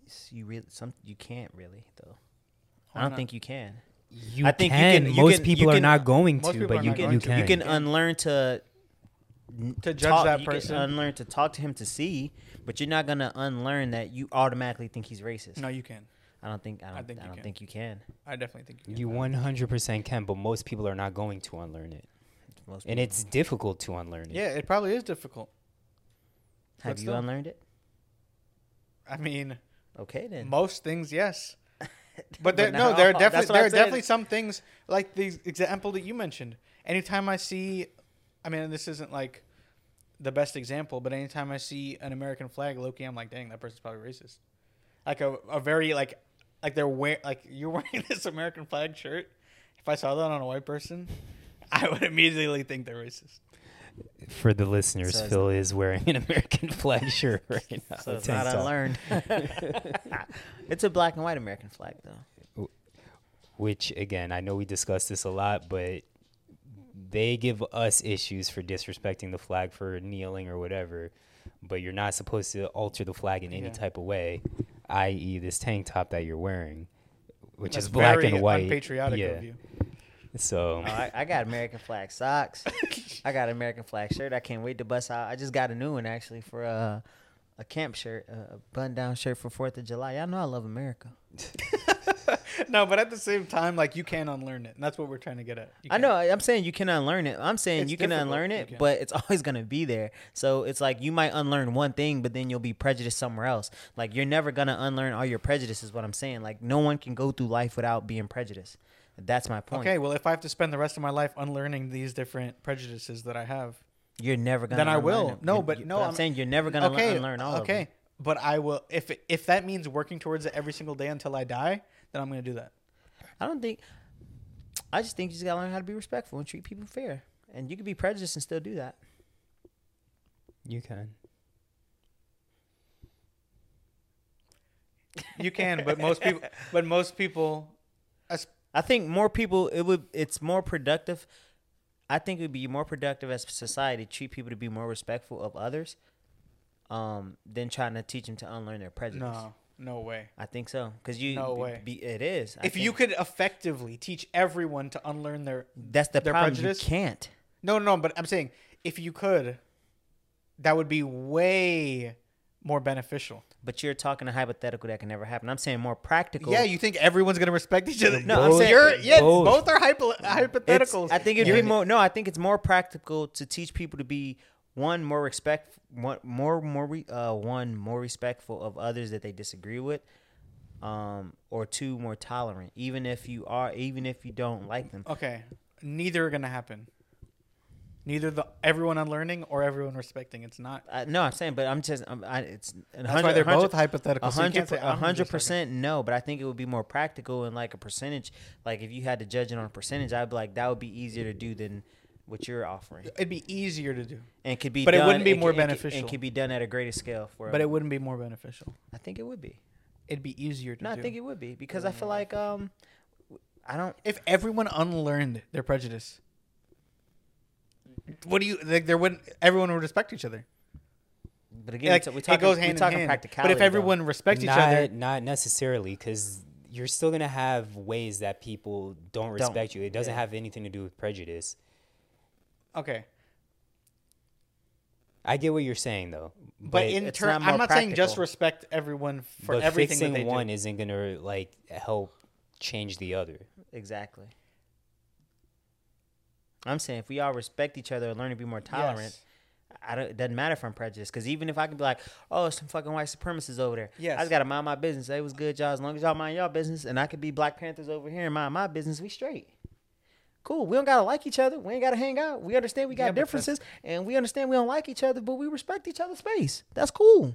S- You really some you can't really though. I don't not? think you can. you I think you can. can- you most can- people you are can- not going most to, people but are you not can. going You to. can. You can unlearn to n- To judge talk- that you can person. unlearn to talk to him to see, but you're not gonna unlearn that you automatically think he's racist. No, you can. I don't think I don't, I think you don't can. think you can. I definitely think you can. You 100% can, but most people are not going to unlearn it. Most And people- it's difficult to unlearn it. Yeah, it probably is difficult. have but you still. unlearned it? I mean, Okay then. most things, yes. But there, But no, not there are all. That's definitely what there are I'm saying. definitely some things like the example that you mentioned. Anytime I see, I mean, this isn't like the best example, but anytime I see an American flag, Loki, I'm like, dang, that person's probably racist. Like a, a very like like they're wear like you're wearing this American flag shirt. If I saw that on a white person, I would immediately think they're racist. For the listeners, So it's- Phil is wearing an American flag shirt right now. So it's tank not top, unlearned. it's a black and white American flag, though. Which, again, I know we discuss this a lot, but they give us issues for disrespecting the flag for kneeling or whatever. But you're not supposed to alter the flag in any Yeah. type of way, i.e., this tank top that you're wearing, which That's is black very and white. Unpatriotic yeah. of you. Uh, So. Oh, I, I got American flag socks. I got American flag shirt. I can't wait to bust out. I just got a new one actually for a, a camp shirt, a button down shirt for Fourth of July. Y'all know I love America. No, but at the same time, like you can unlearn it, and that's what we're trying to get at. You I can- know. I'm saying you can unlearn it. I'm saying It's you can difficult. unlearn You it, can. but it's always gonna be there. So it's like you might unlearn one thing, but then you'll be prejudiced somewhere else. Like you're never gonna unlearn all your prejudices. Is what I'm saying. Like no one can go through life without being prejudiced. That's my point. Okay, well, if I have to spend the rest of my life unlearning these different prejudices that I have, You're never gonna. then I unlearn will. it. No, You- but you- no, I'm, I'm- saying you're never gonna le- okay, unlearn all okay, of them. but I will. If if that means working towards it every single day until I die, then I'm going to do that. I don't think. I just think you just gotta learn how to be respectful and treat people fair, and you can be prejudiced and still do that. You can. You can, but most people, but most people, as- I think more people. It would. It's more productive. I think it would be more productive as a society to treat people to be more respectful of others, um, than trying to teach them to unlearn their prejudice. no, no way. I think so because you. No be- way. Be, it is. I If you think could effectively teach everyone to unlearn their that's the their problem. prejudice- You can't. no, no, no, but I'm saying if you could, that would be way more beneficial. But you're talking a hypothetical that can never happen. I'm saying more practical. Yeah, you think everyone's gonna respect each other? No, I'm Both. saying- You're- yeah, Both. both, are hypo- It's- hypotheticals. I think it'd You're- be more. No, I think it's more practical to teach people to be one more respect, one more more re, uh, one more respectful of others that they disagree with, um, or two more tolerant. Even if you are, even if you don't like them, Okay, neither are gonna happen. Neither the everyone unlearning or everyone respecting. It's not. I, no, I'm saying, but I'm just, I'm, I, it's That's why they're both hypothetical. A so you hundred, can't say per- a I'm hundred respecting. percent, no. But I think it would be more practical and like a percentage. Like if you had to judge it on a percentage, I'd be like, that would be easier to do than what you're offering, It'd be easier to do, and could be. But it done- wouldn't be more could- could- beneficial. and could be done at a greater scale for. but it wouldn't be more beneficial. I think it would be. It'd be easier to No, do. I think it would be because I feel like um, I don't. if everyone unlearned their prejudice, what do you like? There wouldn't everyone would respect each other. But again, like we it talk, goes we hand in talking hand. practicality. But if though. everyone respects each not, other, Not necessarily, because you're still gonna have ways that people don't respect you. It doesn't yeah. have anything to do with prejudice. okay. I get what you're saying though, But, but, in it's turn, not more I'm not saying just practical. respect everyone for but everything that fixing they one do. isn't gonna like help change the other. Exactly. I'm saying if we all respect each other and learn to be more tolerant, Yes. I don't, it doesn't matter if I'm prejudiced. Because even if I can be like, oh, some fucking white supremacists over there. Yes. I just got to mind my business. They was good, y'all. As long as y'all mind y'all business. And I could be Black Panthers over here and mind my business. We straight. Cool. We don't got to like each other. We ain't got to hang out. We understand we got Yeah, but that's- differences. And we understand we don't like each other, but we respect each other's space. That's cool.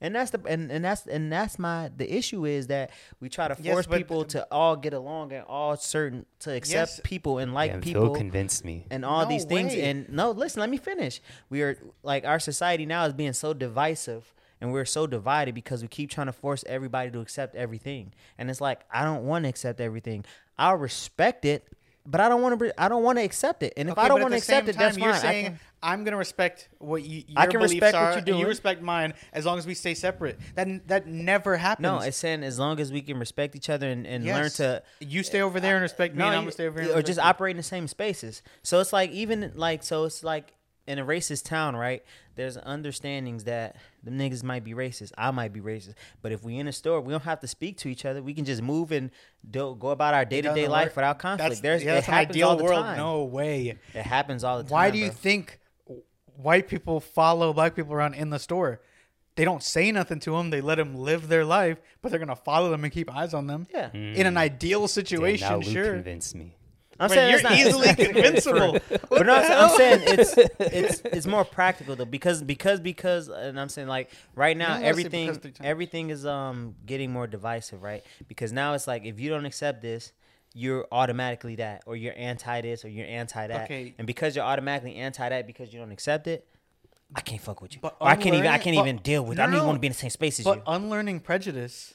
And that's the and, and that's and that's my the issue is that we try to Yes, force but- people to all get along and all certain to accept Yes. people and like And Phil people convinced me. and all No these things. way. And no, listen, let me finish. We are like our society now is being so divisive and we're so divided because we keep trying to force everybody to accept everything. And it's like I don't want to accept everything. I respect it, but I don't want to. I don't want to accept it. And if Okay, I but don't at want to the same accept it, that's time, fine. You're I saying can- I'm gonna respect what you. Your I can beliefs respect what are, you're and doing. You respect mine as long as we stay separate. That that never happens. no, it's saying as long as we can respect each other and, and learn Yes. to You stay over there and respect me, and you- I'm gonna stay over here. and Or just respect operate in the same spaces. So it's like even like so it's like in a racist town, right? There's understandings that the niggas might be racist. I might be racist. But if we in a store, we don't have to speak to each other. We can just move and do, go about our day you. to It day doesn't life work. without That's- conflict. There's yeah, it that's an happens ideal all the world. time. No way. It happens all the time. Why do you bro. think w- white people follow black people around in the store? They don't say nothing to them. They let them live their life, but they're gonna follow them and keep eyes on them. Yeah. In an ideal Damn, now situation, Luke sure. convinced me. I'm But saying you're it's not- easily convincible. but no, I'm, I'm saying it's it's it's more practical though because because because and I'm saying like right now don't wanna say everything because three times. everything is um getting more divisive right because now it's like if you don't accept this you're automatically that or you're anti this or you're anti that Okay. and because you're automatically anti that because you don't accept it I can't fuck with you But or I can't even I unlearning- can't but- even deal with it. no, I don't even no. want to be in the same space as you But unlearning prejudice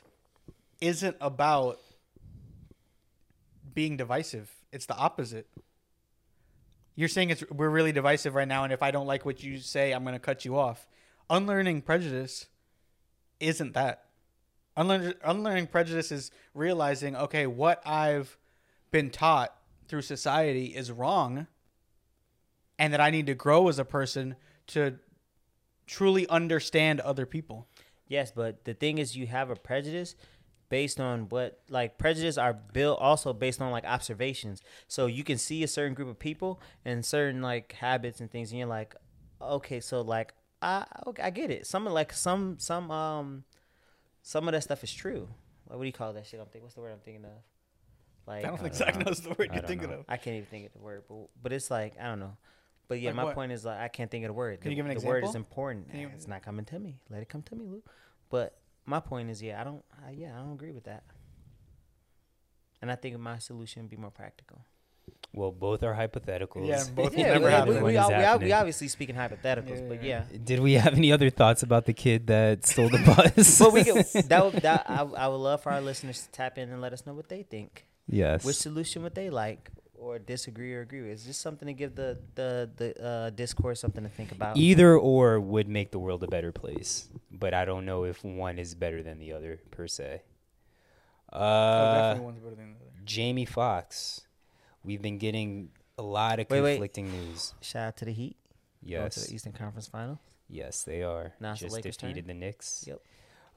isn't about being divisive. It's the opposite. You're saying it's we're really divisive right now, and if I don't like what you say, I'm going to cut you off. Unlearning prejudice isn't that. Unlearn, unlearning prejudice is realizing, okay, what I've been taught through society is wrong, and that I need to grow as a person to truly understand other people. Yes, but the thing is, you have a prejudice based on what, like, prejudice are built also based on like observations. So you can see a certain group of people and certain like habits and things, and you're like, okay, so like, I okay, I get it. Some of like some some um some of that stuff is true. Like, what do you call that shit? I'm thinking. What's the word I'm thinking of? Like, I don't think uh, Zach knows the word you're thinking of. I can't even think of the word, but but it's like I don't know. But yeah, Like my what? point is like I can't think of the word. Can the, you give an the word is example? important. Can you- It's not coming to me. Let it come to me, Luke. But my point is, yeah, I don't. I, yeah, I don't agree with that. And I think my solution would be more practical. Well, both are hypotheticals. Yeah, both will yeah, never we, happen. We, One we, is all- we, all- we happening. obviously speaking hypotheticals, but yeah. Did we have any other thoughts about the kid that stole the bus? But we could, that would that I, I would love for our listeners to tap in and let us know what they think. yes. Which solution would they like, or disagree or agree with? Is this something to give the the the uh, discourse something to think about? Either or would make the world a better place, but I don't know if one is better than the other per se. Oh, Uh, one's better than the other. Jamie Foxx, we've been getting a lot of Wait, Oh, wait. conflicting news. Shout out to the Heat. Going to Yes, the Eastern Conference Final. yes, they are. Now it's the Just Lakers' turn. defeated the Knicks. Yep.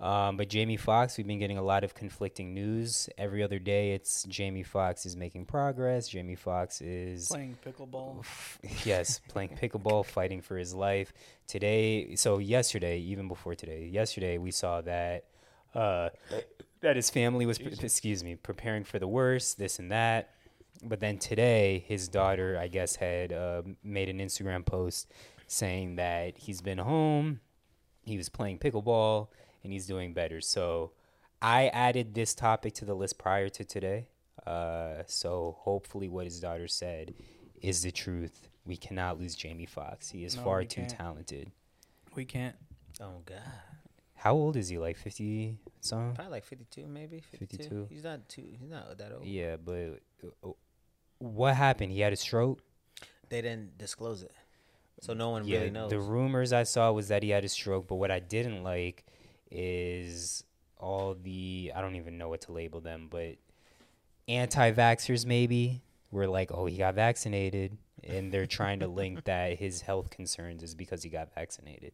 Um, but Jamie Foxx, we've been getting a lot of conflicting news every other day. It's Jamie Foxx is making progress. Jamie Foxx is Playing pickleball. yes, playing pickleball, fighting for his life. Today, so yesterday, even before today, yesterday we saw that uh, that his family was, excuse me, preparing for the worst, this and that. But then today, his daughter, I guess, had uh, made an Instagram post saying that he's been home, he was playing pickleball, and he's doing better. So I added this topic to the list prior to today. Uh, so hopefully, what his daughter said is the truth. We cannot lose Jamie Foxx. He is No, far we too can't. talented. We can't. Oh God, How old is he? Like 50 something? probably like fifty-two, maybe 52. 52. He's not too. He's not that old. Yeah, but uh, what happened? He had a stroke. They didn't disclose it, so no one yeah, really knows. the rumors I saw was that he had a stroke. But what I didn't like is all the I don't even know what to label them, but anti-vaxxers maybe were like, "Oh, he got vaccinated," and they're trying to link that his health concerns is because he got vaccinated.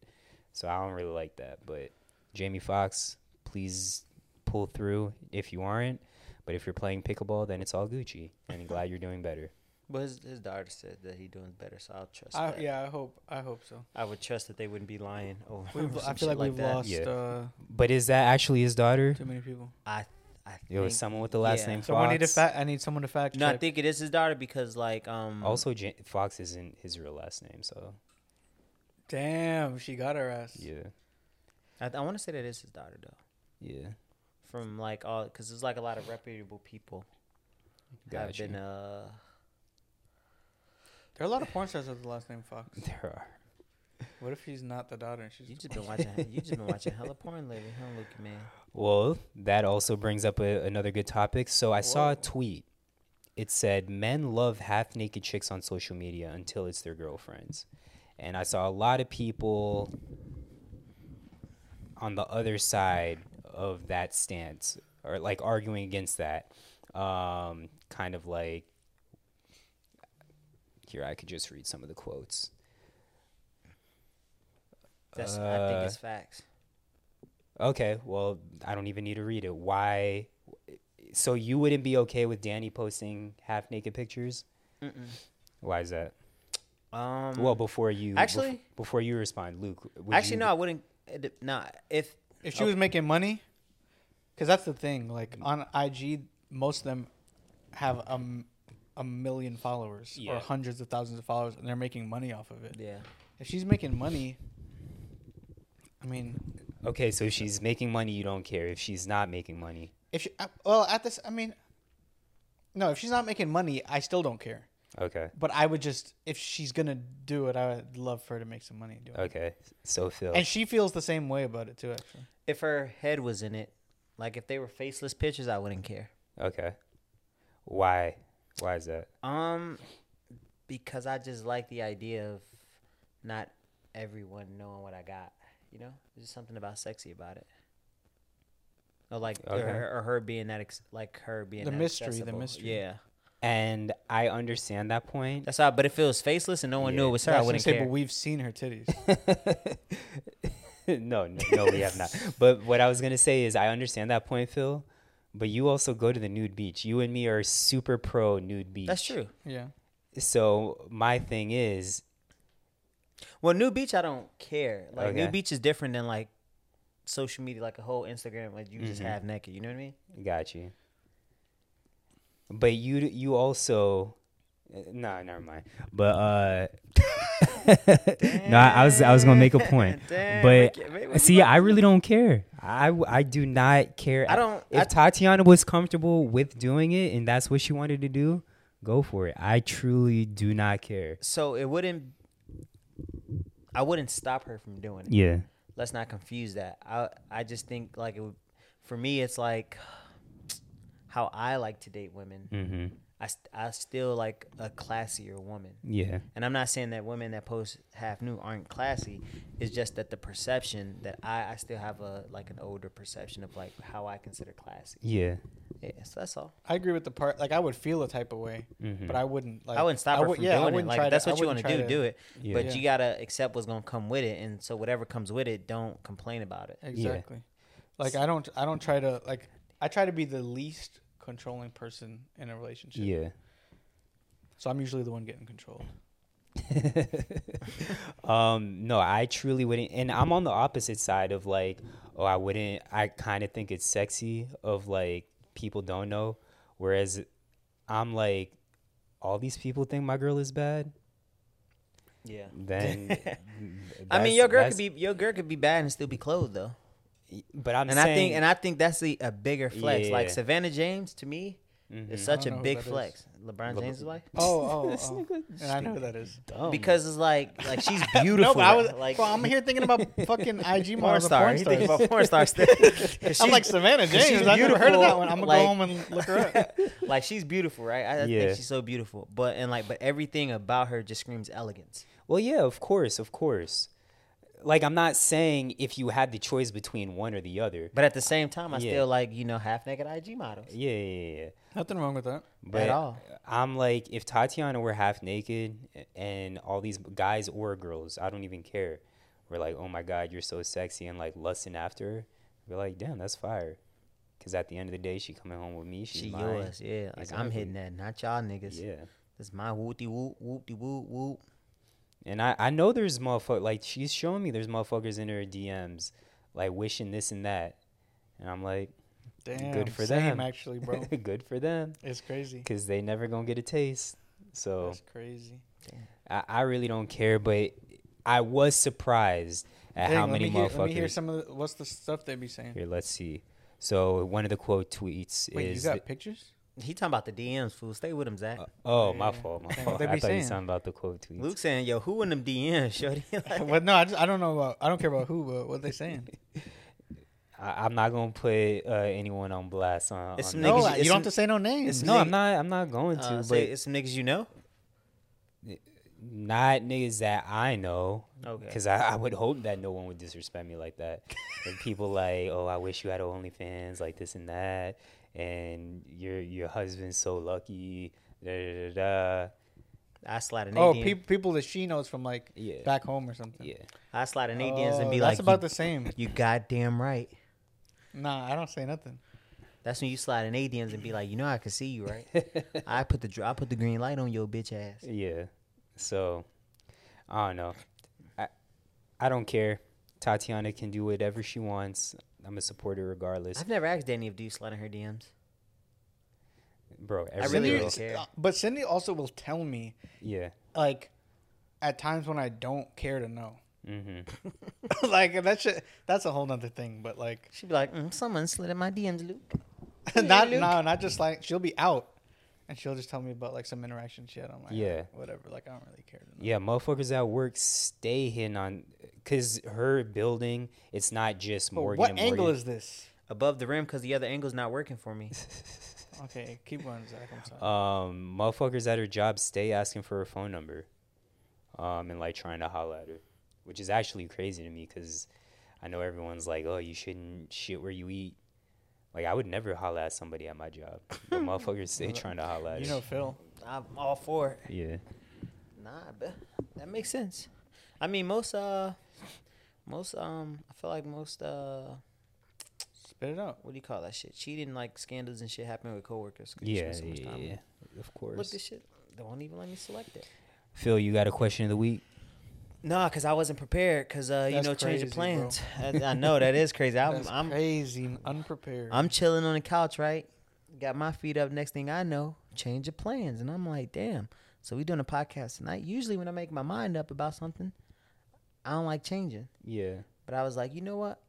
So I don't really like that. But Jamie Foxx, please pull through if you aren't. But if you're playing pickleball, then it's all Gucci, and I'm glad you're doing better. but his, his daughter said that he's doing better, so I'll trust. I, that. yeah, I hope. I hope so. I would trust that they wouldn't be lying over. We've, some I shit feel like, we've that. lost Yeah. uh, But is that actually his daughter? too many people. I, I think, It was someone with the last yeah. name Fox. So I need to fact. I need someone to fact No, I check. think it is his daughter because like um. also, Ja Fox isn't his real last name, so Damn, she got her ass. yeah, I, I want to say that it's his daughter though. yeah. From like all, because there's like a lot of reputable people. that have Gotcha. been uh. There are a lot of porn stars with the last name Fox. There are. What if she's not the daughter? and She's You the- just been watching. You just been watching hella porn lately, huh, Luke man? Well, that also brings up a, another good topic. So I saw a Whoa. tweet. It said, "Men love half-naked chicks on social media until it's their girlfriends," and I saw a lot of people on the other side of that stance, or like arguing against that. Um, kind of like here, I could just read some of the quotes. That's I Uh, think it's facts. Okay, well, I don't even need to read it. Why? So you wouldn't be okay with Danny posting half naked pictures? Why is that? Um, Well, before you bef- actually- before you respond, Luke. would actually, you- no, I wouldn't. it dep- Nah, if if she was making money, because that's the thing. Like on IG, most of them have a, m- a million followers Yeah. or hundreds of thousands of followers, and they're making money off of it. yeah, If she's making money, I mean, Okay, so if she's making money, you don't care. If she's not making money, if she uh, well at this, I mean, no, if she's not making money, I still don't care. okay, But I would just if she's gonna do it, I would love for her to make some money Uh, doing it. okay. So Phil, And she feels the same way about it too. Actually, if her head was in it, like if they were faceless pictures, I wouldn't care. okay. Why? Why is that? Um, because I just like the idea of not everyone knowing what I got. You know, there's just something about sexy about it. Or like, or Okay. her, or her being that, ex- like her being The that mystery, the accessible. mystery. Yeah, And I understand that point. that's how. But if it was faceless and no one knew Yeah. it was her, I I was gonna wouldn't say, care. but we've seen her titties. no, no, no, we have not. But what I was gonna say is, I understand that point, Phil. But you also go to the nude beach. You and me are super pro nude beach. that's true. yeah. So my thing is, Well, New Beach, I don't care. Like New Okay. Beach is different than like social media, like a whole Instagram, like you Mm-hmm. just have naked. You know what I mean? got you. But you, you also, no, nah, never mind. But uh, no, I, I was, I was gonna make a point. Damn, but okay, wait, what see, you I really don't care. I, w- I do not care. I don't- If I- Tatiana was comfortable with doing it and that's what she wanted to do, go for it. I truly do not care. So it wouldn't. I wouldn't stop her from doing it. Yeah. Let's not confuse that. I I just think like it would, for me, it's like how I like to date women. Mm-hmm. I st- I still like a classier woman. Yeah. And I'm not saying that women that post half new aren't classy. It's just that the perception that I, I still have a like an older perception of like how I consider classy. Yeah. Yeah, so that's all. I agree with the part. Like I would feel a type of way, Mhm. but I wouldn't. Like Mm-hmm. I wouldn't stop her would- from yeah, I doing it. wouldn't Like try if that's to- I what you want wouldn't to do, try do it. Yeah. But Yeah. you gotta accept what's gonna come with it, and so whatever comes with it, don't complain about it. Exactly. Like I don't. I don't try to like. I try to be the least controlling person in a relationship. Yeah. So I'm usually the one getting controlled. Um, no, I truly wouldn't. And I'm on the opposite side of like, oh, I wouldn't. I kind of think it's sexy of like people don't know. Whereas I'm like, all these people think my girl is bad, Yeah. then I mean, that's- your girl that's- could be your girl could be bad and still be clothed though. But I'm and saying, I think and I think that's a, a bigger flex. Like Yeah. Savannah James to me is such Mm-hmm. a I don't know who big that is. flex. LeBron Leb- James' wife. Oh, oh, oh. and I know who that is. Because it's like like she's beautiful. No, but I was like like, well, I'm here thinking about fucking IG porn Mars star. porn you think stars. about porn stars? I'm like Savannah she's James. I never heard of that beautiful, one. I'm gonna like- go home and look her up. like she's beautiful, right? I, I Yeah. think she's so beautiful. But and like but everything about her just screams elegance. Well, yeah, of course, of course. Like I'm not saying if you had the choice between one or the other. But at the same time, I Yeah. still like you know half naked IG models. Yeah, yeah, yeah, yeah. Nothing wrong with that. But all. I'm like, if Tatiana were half naked and all these guys or girls, I don't even care, were like, oh my God, you're so sexy and like lusting after her, we're like, damn, that's fire. Because at the end of the day, she coming home with me. She's She mine. yours, yeah. Like I'm hitting that, not y'all niggas. Yeah. It's my whoopty whoop whoopty whoop whoop. And I, I know there's motherfuckers, like, she's showing me there's motherfuckers in her DMs, like, wishing this and that. And I'm like, Damn. good for same them. actually, bro. good for them. It's crazy. Because they never going to get a taste. So. That's crazy. I, I really don't care, but I was surprised at Dang, how let many me hear, motherfuckers. Let me hear some of the, what's the stuff they be saying. Here, let's see. So one of the quote tweets Wait, is, you got th- pictures? He talking about the DMs, fool. Stay with him, Uh, Zach. "Oh, my Yeah. fault, my Dang, fault." what they I be thought you saying? something about the quote tweets. Luke saying, "Yo, who in them DMs, shorty?" Like, well, no, I, just, I don't know about. I don't care about who, but what they saying. I, I'm not gonna put uh, anyone on blast. On, It's on Niggas, No, this. like, you it's don't n- have to say no names. no, nigga- I'm not. I'm not going to. uh, but say it's some niggas you know. not niggas that I know. Okay. Because I, I would hope that no one would disrespect me like that. and people like, oh, I wish you had OnlyFans, like this and that, and your your husband's so lucky. Da, da, da, da. I slide an Oh, ADM. peop people that she knows from like Yeah. back home or something. Yeah. I slide an ADMs and Oh, be that's like, about you, the same. "You goddamn right." Nah, I don't say nothing. That's when you slide an ADMs and be like, "You know, I can see you, right? I put the dr- I put the green light on your bitch ass." Yeah. So, I don't know. I, I don't care. Tatiana can do whatever she wants. I'm a supporter regardless. I've never asked Danny if do you slide in her DMs. Bro, I every really Cindy, girl- don't care. but Cindy also will tell me Yeah. like at times when I don't care to know. hmm Mm-hmm. like that shit. That's a whole nother thing. But like, She'd be like, mm, "Someone slid in my DMs, Luke." not no, not just like she'll be out. And she'll just tell me about like some interaction she had. I'm like, Yeah. whatever. Like I don't really care. To know. Yeah, motherfuckers at work stay hitting on because her building, it's not just But Morgan. what and angle Morgan. is this? Above the rim because the other angle's not working for me. Okay, keep going, Zach. I'm Uh, sorry. Um, motherfuckers at her job stay asking for her phone number, um, and like trying to holler at her, which is actually crazy to me because I know everyone's like, "Oh, you shouldn't shit where you eat." Like I would never holler at somebody at my job, but motherfuckers stay trying to holler at you her. know Phil. I'm all for it. yeah, Nah, but that makes sense. I mean, most uh, most um, I feel like most uh, Spit it out. what do you call that shit? Cheating like scandals and shit happen with coworkers. 'cause you yeah, spend so much yeah, time with yeah, them. of course. Look, this shit they won't even let me select it. Phil, you got a question of the week? Nah, cause I wasn't prepared. Cause uh, you That's know, change of crazy, bro. plans. I, I know that is crazy. I'm That's I'm crazy and unprepared. I'm chilling on the couch, right? Got my feet up. Next thing I know, change of plans, and I'm like, damn. So we doing a podcast tonight. Usually, when I make my mind up about something, I don't like changing. Yeah, But I was like, you know what?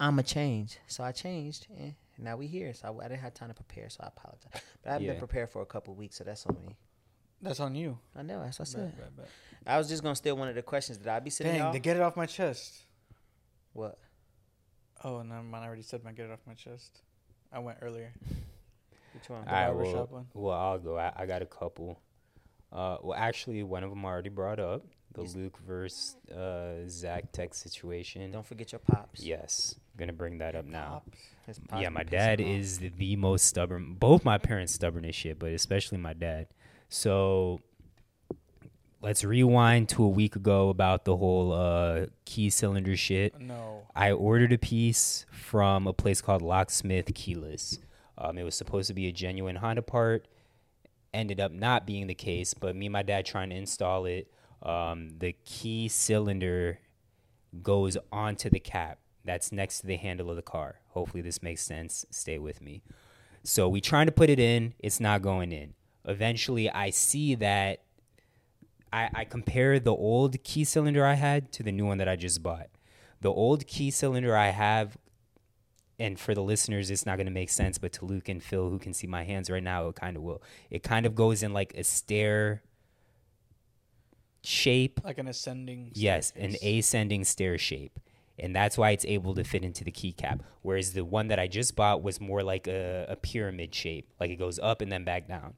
I'm a change. So I changed, and now we here. So I, I didn't have time to prepare, so I apologize. But I haven't Yeah. been prepared for a couple weeks, so that's on me. That's on you. I know, that's what I said. Bet, bet, bet. I was just gonna steal one of the questions that I be sitting Dang, y'all. to get it off my chest. what? Oh, never mind. I already said my get it off my chest. I went earlier. Which one? The All right, barbershop well, one. well, I'll go. I, I got a couple. Uh, well, actually, one of them I already brought up the Luke versus uh, Zach Tech situation. Don't forget your pops. Yes, gonna bring that up now. Pops. His pops yeah, be my pissing dad him off. is the, the most stubborn. Both my parents stubborn as shit, but especially my dad. So let's rewind to a week ago about the whole uh, key cylinder shit. No. I ordered a piece from a place called Locksmith Keyless. Um, it was supposed to be a genuine Honda part. Ended up not being the case, but me and my dad trying to install it. Um, the key cylinder goes onto the cap that's next to the handle of the car. Hopefully, this makes sense. Stay with me. So we trying to put it in. It's not going in. eventually I see that I, I compare the old key cylinder I had to the new one that I just bought. The old key cylinder I have, and for the listeners, it's not going to make sense, but to Luke and Phil, who can see my hands right now, it kind of will. It kind of goes in like a stair shape. like an ascending. Yes, an staircase. ascending stair shape. And that's why it's able to fit into the keycap. Whereas the one that I just bought was more like a, a pyramid shape, like it goes up and then back down.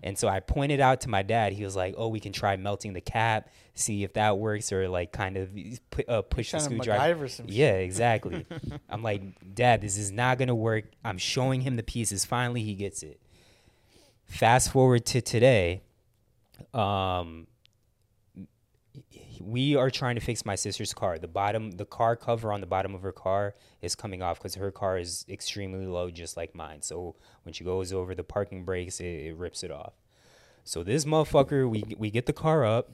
And so I pointed out to my dad, he was like, Oh, we can try melting the cap, see if that works, or like kind of pu- uh, push the Trying to screwdriver. MacGyver some shit. Yeah, exactly. I'm like, Dad, this is not going to work. I'm showing him the pieces. Finally, he gets it. Fast forward to today. Um, we are trying to fix my sister's car. The bottom, the car cover on the bottom of her car is coming off because her car is extremely low, just like mine. So when she goes over the parking brakes, it, it rips it off. So this motherfucker, we we get the car up,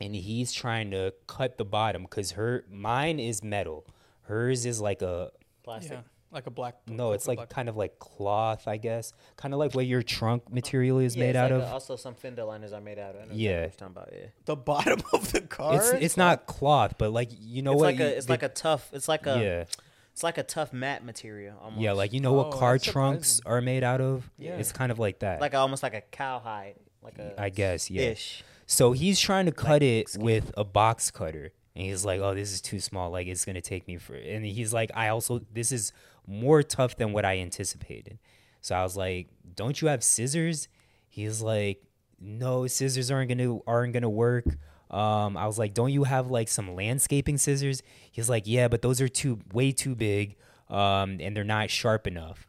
and he's trying to cut the bottom because her mine is metal, hers is like a Plastic. Yeah, like a black. no, it's a like black- kind of like cloth, I guess, kind of like what your trunk material is Yeah, made it's out like, of. uh, also, some fender liners are made out of. I know exactly Yeah. what you're talking about. Yeah. the bottom of the car. it's is it's not cloth, but like you know it's what? like you- a it's the- like a tough it's like a yeah. it's like a tough matte material almost. Yeah, like you know Oh, what car that's trunks surprising. are made out of? Yeah. It's kind of like that. like a, almost like a cowhide. Like a I guess, yeah. Ish. So he's trying to cut it with a box cutter. And he's like, "Oh, this is too small. Like it's going to take me for." And he's like, "I also this is more tough than what I anticipated." So I was like, "Don't you have scissors?" He's like, "No, scissors aren't going to aren't going to work." Um, I was like, "Don't you have like some landscaping scissors?" He's like, "Yeah, but those are too way too big, um, and they're not sharp enough."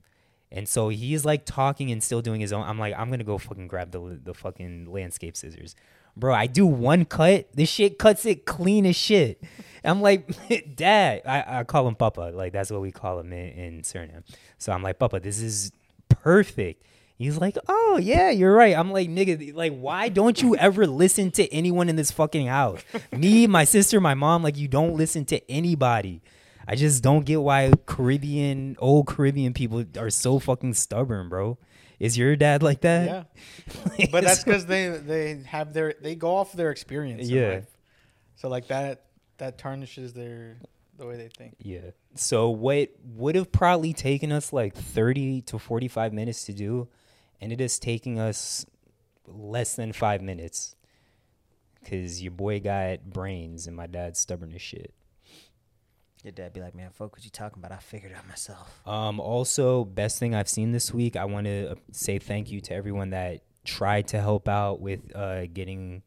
And so he's like talking and still doing his own. I'm like, I'm gonna go fucking grab the the fucking landscape scissors, bro. I do one cut, this shit cuts it clean as shit. I'm like, Dad, I, I call him Papa, like that's what we call him in, in Suriname. So I'm like, Papa, this is perfect. He's like, oh yeah, you're right. I'm like, nigga, like, why don't you ever listen to anyone in this fucking house? Me, my sister, my mom, like, you don't listen to anybody. I just don't get why Caribbean, old Caribbean people are so fucking stubborn, bro. Is your dad like that? Yeah, but that's because they they have their they go off their experience. Yeah. Yeah. So like that that tarnishes their the way they think. Yeah. So what would have probably taken us like 30 to 45 minutes to do ended us taking us less than 5 minutes cuz your boy got brains and my dad's stubborn as shit. Your dad be like, Man, fuck what you talking about. I figured it out myself. Um also best thing I've seen this week, I want to say thank you to everyone that tried to help out with uh getting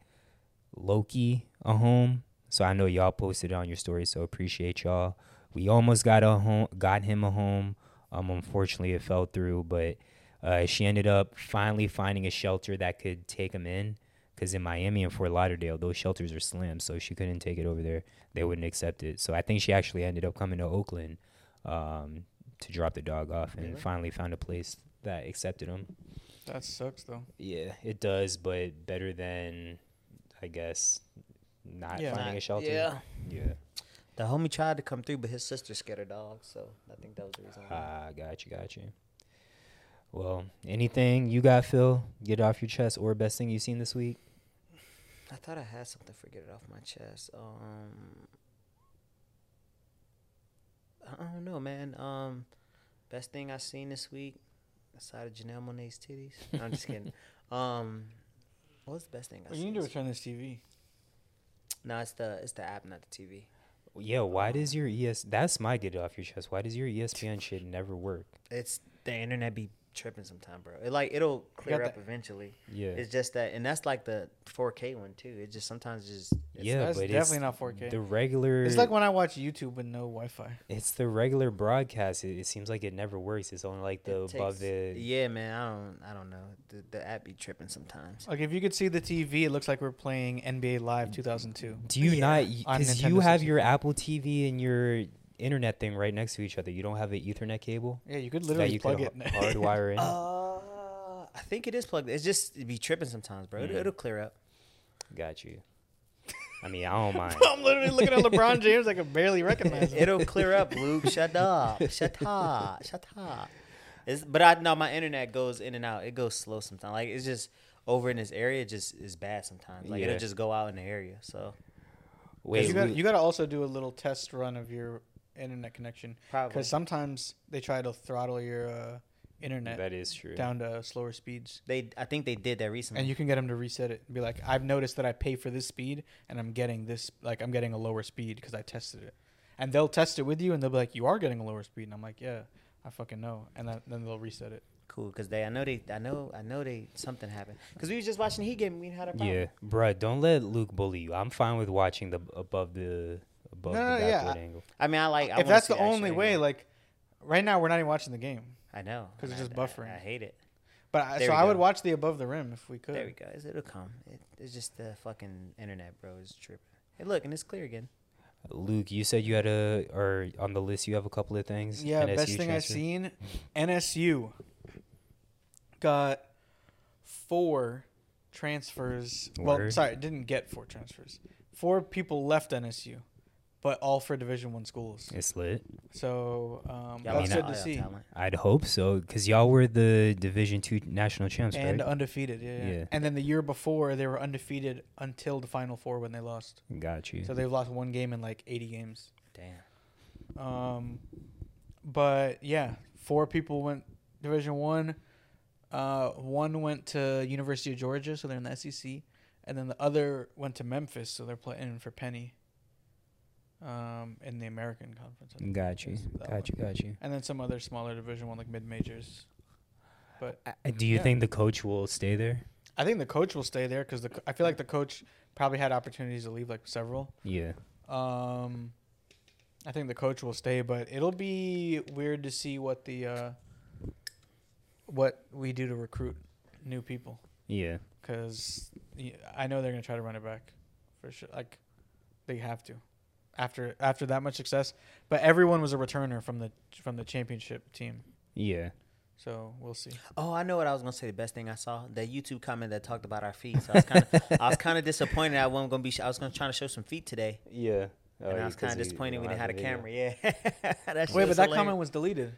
Loki a home. So I know y'all posted it on your story, so appreciate y'all. We almost got a home, got him a home. Um, unfortunately, it fell through, but uh, she ended up finally finding a shelter that could take him in. Because in Miami and Fort Lauderdale, those shelters are slim, so she couldn't take it over there. They wouldn't accept it. So I think she actually ended up coming to Oakland um, to drop the dog off, and finally found a place that accepted him. That sucks though. Yeah, it does, but better than, I guess, not Yeah. finding a Not- shelter. yeah. Yeah. The homie tried to come through but his sister scared her dog, so I think that was the reason. why. Ah, got you, got you. Well, anything you got, Phil? Get off your chest, or best thing you've seen this week? I thought I had something for get it off my chest. Um I don't know, man. Um best thing I seen this week aside of Janelle Monae's titties. No, I'm just kidding. Um what was the best thing I you seen? need to this return this TV. No, it's the it's the app, not the TV. Yeah. Why does your ES? That's my get off your chest. Why does your E ESPN shit never work? It's the internet be tripping sometime, bro. It like it'll clear got up eventually. Yeah. It's just that, and that's like the 4K one too. It just sometimes just it's, yeah, that's but definitely it's not 4K. The regular. It's like when I watch YouTube with no Wi-Fi. It's the regular broadcast. It, it seems like it never works. It's only like it the above the. takes- Yeah, man. I don't I don't know. The, the app be tripping sometimes. Like if you could see the TV, it looks like we're playing NBA Live 2002. Do you Yeah, not? on Because you Nintendo have your Apple TV and your internet thing right next to each other. You don't have an Ethernet cable Yeah, you could that literally you plug could it. h- hardwire in. Uh, I think it is plugged. It's just it be tripping sometimes, bro. It, will clear up. Got you. I mean, I don't mind. I'm literally looking at LeBron James. I can barely recognize him. It'll clear up, Luke. Shut up. Shut up. Shut up. It's, but I know my internet goes in and out. It goes slow sometimes. Like it's just over in this area just is bad sometimes. Like Yeah. it'll just go out in the area. So Wait, you, gotta, we- you gotta also do a little test run of your internet connection probably because sometimes they try to throttle your uh, internet that is Hmm. true. down to slower speeds, they. I think they did that recently. and you can get them to reset it and be like, "I've noticed that I pay for this speed, and I'm getting this like I'm getting a lower speed because I tested it." And they'll test it with you, and they'll be like, "You are getting a lower speed," and I'm like, "Yeah, I fucking know," and then, then they'll reset it. cool because they. I know they. I know. I know they. Something happened because we was just watching He Game. We had a problem. Yeah, bruh, don't let Luke bully you. I'm fine with watching the above the above No, the no, yeah, backward I- angle. I mean, I like. I if wanna that's see the actual only way, uh, angle. like right now, we're not even watching the game. I know 'cause it's and just I- buffering. I, hate it. But I, There so we I would go. watch the above the rim if we could. There we go. It's- It'll come. It, it's just the fucking internet, bro. Is tripping. Hey, look, and it's clear again. Luke, you said you had a or on the list you have a couple of things. Yeah, NSU best thing I've transfer? seen. NSU got four transfers. Well, Word. sorry, didn't get four transfers. Four people left NSU, but all for Division One schools. It's lit. So um, Y'all I mean, that's good all to y'all see. uh, talent. I'd hope so, cause y'all were the Division Two national champs, And right? undefeated, yeah, yeah. Yeah. And then the year before, they were undefeated until the Final Four when they lost. Got you. So they've lost one game in like 80 games. Damn. Um, but yeah, four people went Division One. Uh, one went to University of Georgia, so they're in the SEC, and then the other went to Memphis, so they're playing for Penny. Um, in the American Conference. I think got it you. is, that Got you. one. Got you. And then some other smaller Division One, like mid majors. Uh, Do you Yeah. think the coach will stay there? I think the coach will stay there because the co- I feel like the coach probably had opportunities to leave like several. Yeah. Um, I think the coach will stay, but it'll be weird to see what the uh, what we do to recruit new people Yeah. because I know they're gonna try to run it back for sure. Like they have to after after that much success. But everyone was a returner from the from the championship team, Yeah. so we'll see. Oh, I know what I was gonna say. The best thing I saw that YouTube comment that talked about our feet. So I was kind of, I was kind of disappointed. I wasn't gonna be. sh- I was gonna try to show some feet today, Yeah. and I was kind of disappointed we didn't have a camera. Yeah. that Wait, but that comment was deleted.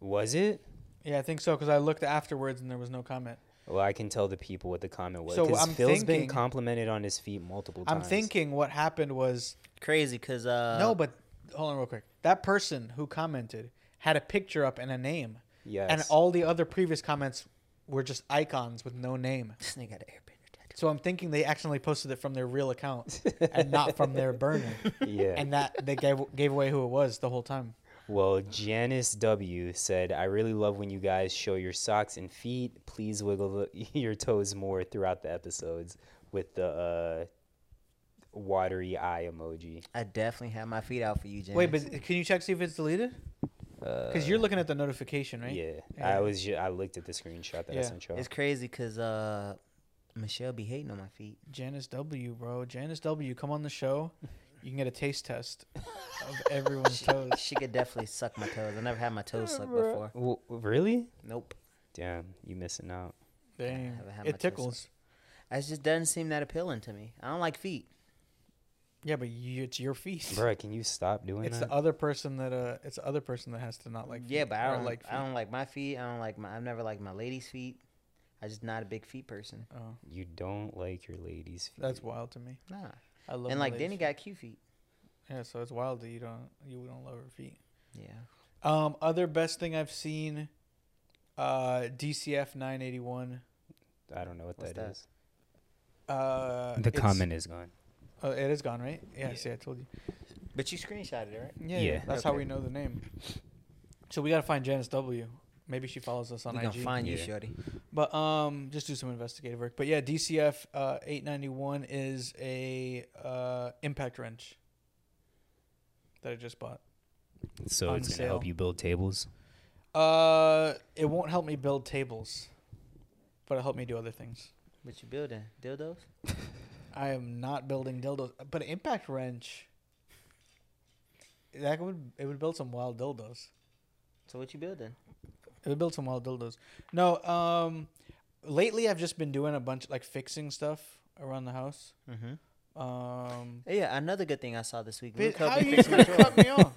Was it? Yeah, I think so because I looked afterwards and there was no comment. Well, I can tell the people what the comment was. So Because I'm Phil's thinking- been complimented on his feet multiple I'm times. thinking what happened was crazy because uh, no, but hold on real quick. That person who commented had a picture up and a name, Yes. and all the other previous comments were just icons with no name. this nigga got an airbender tattoo. So I'm thinking they accidentally posted it from their real account and not from their burner, Yeah. and that they gave gave away who it was the whole time. well, Janice W said, "I really love when you guys show your socks and feet. Please wiggle the, your toes more throughout the episodes with the uh, watery eye emoji." I definitely had my feet out for you, James. Wait, but can you check see if it's deleted? Because you're looking at the notification, right? Yeah, Yeah. I was. Ju- I looked at the screenshot that Yeah. I sent y'all. it's crazy because uh, Michelle be hating on my feet. Janice W, bro. Janice W, come on the show. You can get a taste test of everyone's toes. She could definitely suck my toes. I never had my toes sucked before. W- really? Nope. Damn, you missing out. Dang, haven't had my it toes tickles. It just doesn't seem that appealing to me. I don't like feet. Yeah, but you, it's your feet. Bruh, can you stop doing It's that? the other person that uh, it's the other person that has to not like. Yeah, feet, but I or don't like. like. I feet. don't like my feet. I don't like my. I've never liked my lady's feet. I just not a big feet person. Oh, you don't like your ladies' feet. that's wild to me. Nah. I love. and my like lady's Denny got cute feet. feet. Yeah, so it's wild that you don't you don't love her feet. Yeah. Um, other best thing I've seen, uh, DCF nine eighty one. I don't know what What's that that? is. Uh, The it's- comment is gone. Oh, it is gone, right? Yeah, See, I told you. But you screenshotted it, right? Yeah, Yeah. yeah, that's how Okay. we know the name. So we gotta find Janice W. Maybe she follows us on we IG. gonna find you, Yeah. shorty. But um, just do some investigative work. But yeah, DCF uh, eight ninety one is a uh, impact wrench that I just bought. So On it's gonna help sale. you build tables. Uh, it won't help me build tables, but it'll help me do other things. What you building? Dildos? I am not building dildos, but an impact wrench. That would it would build some wild dildos. So what you building? It would build some wild dildos. No, um, lately I've just been doing a bunch like fixing stuff around the house. Mm-hmm. Um, Yeah, another good thing I saw this week. Luke Bitch, helped how me you fix my gonna drawer. cut me off?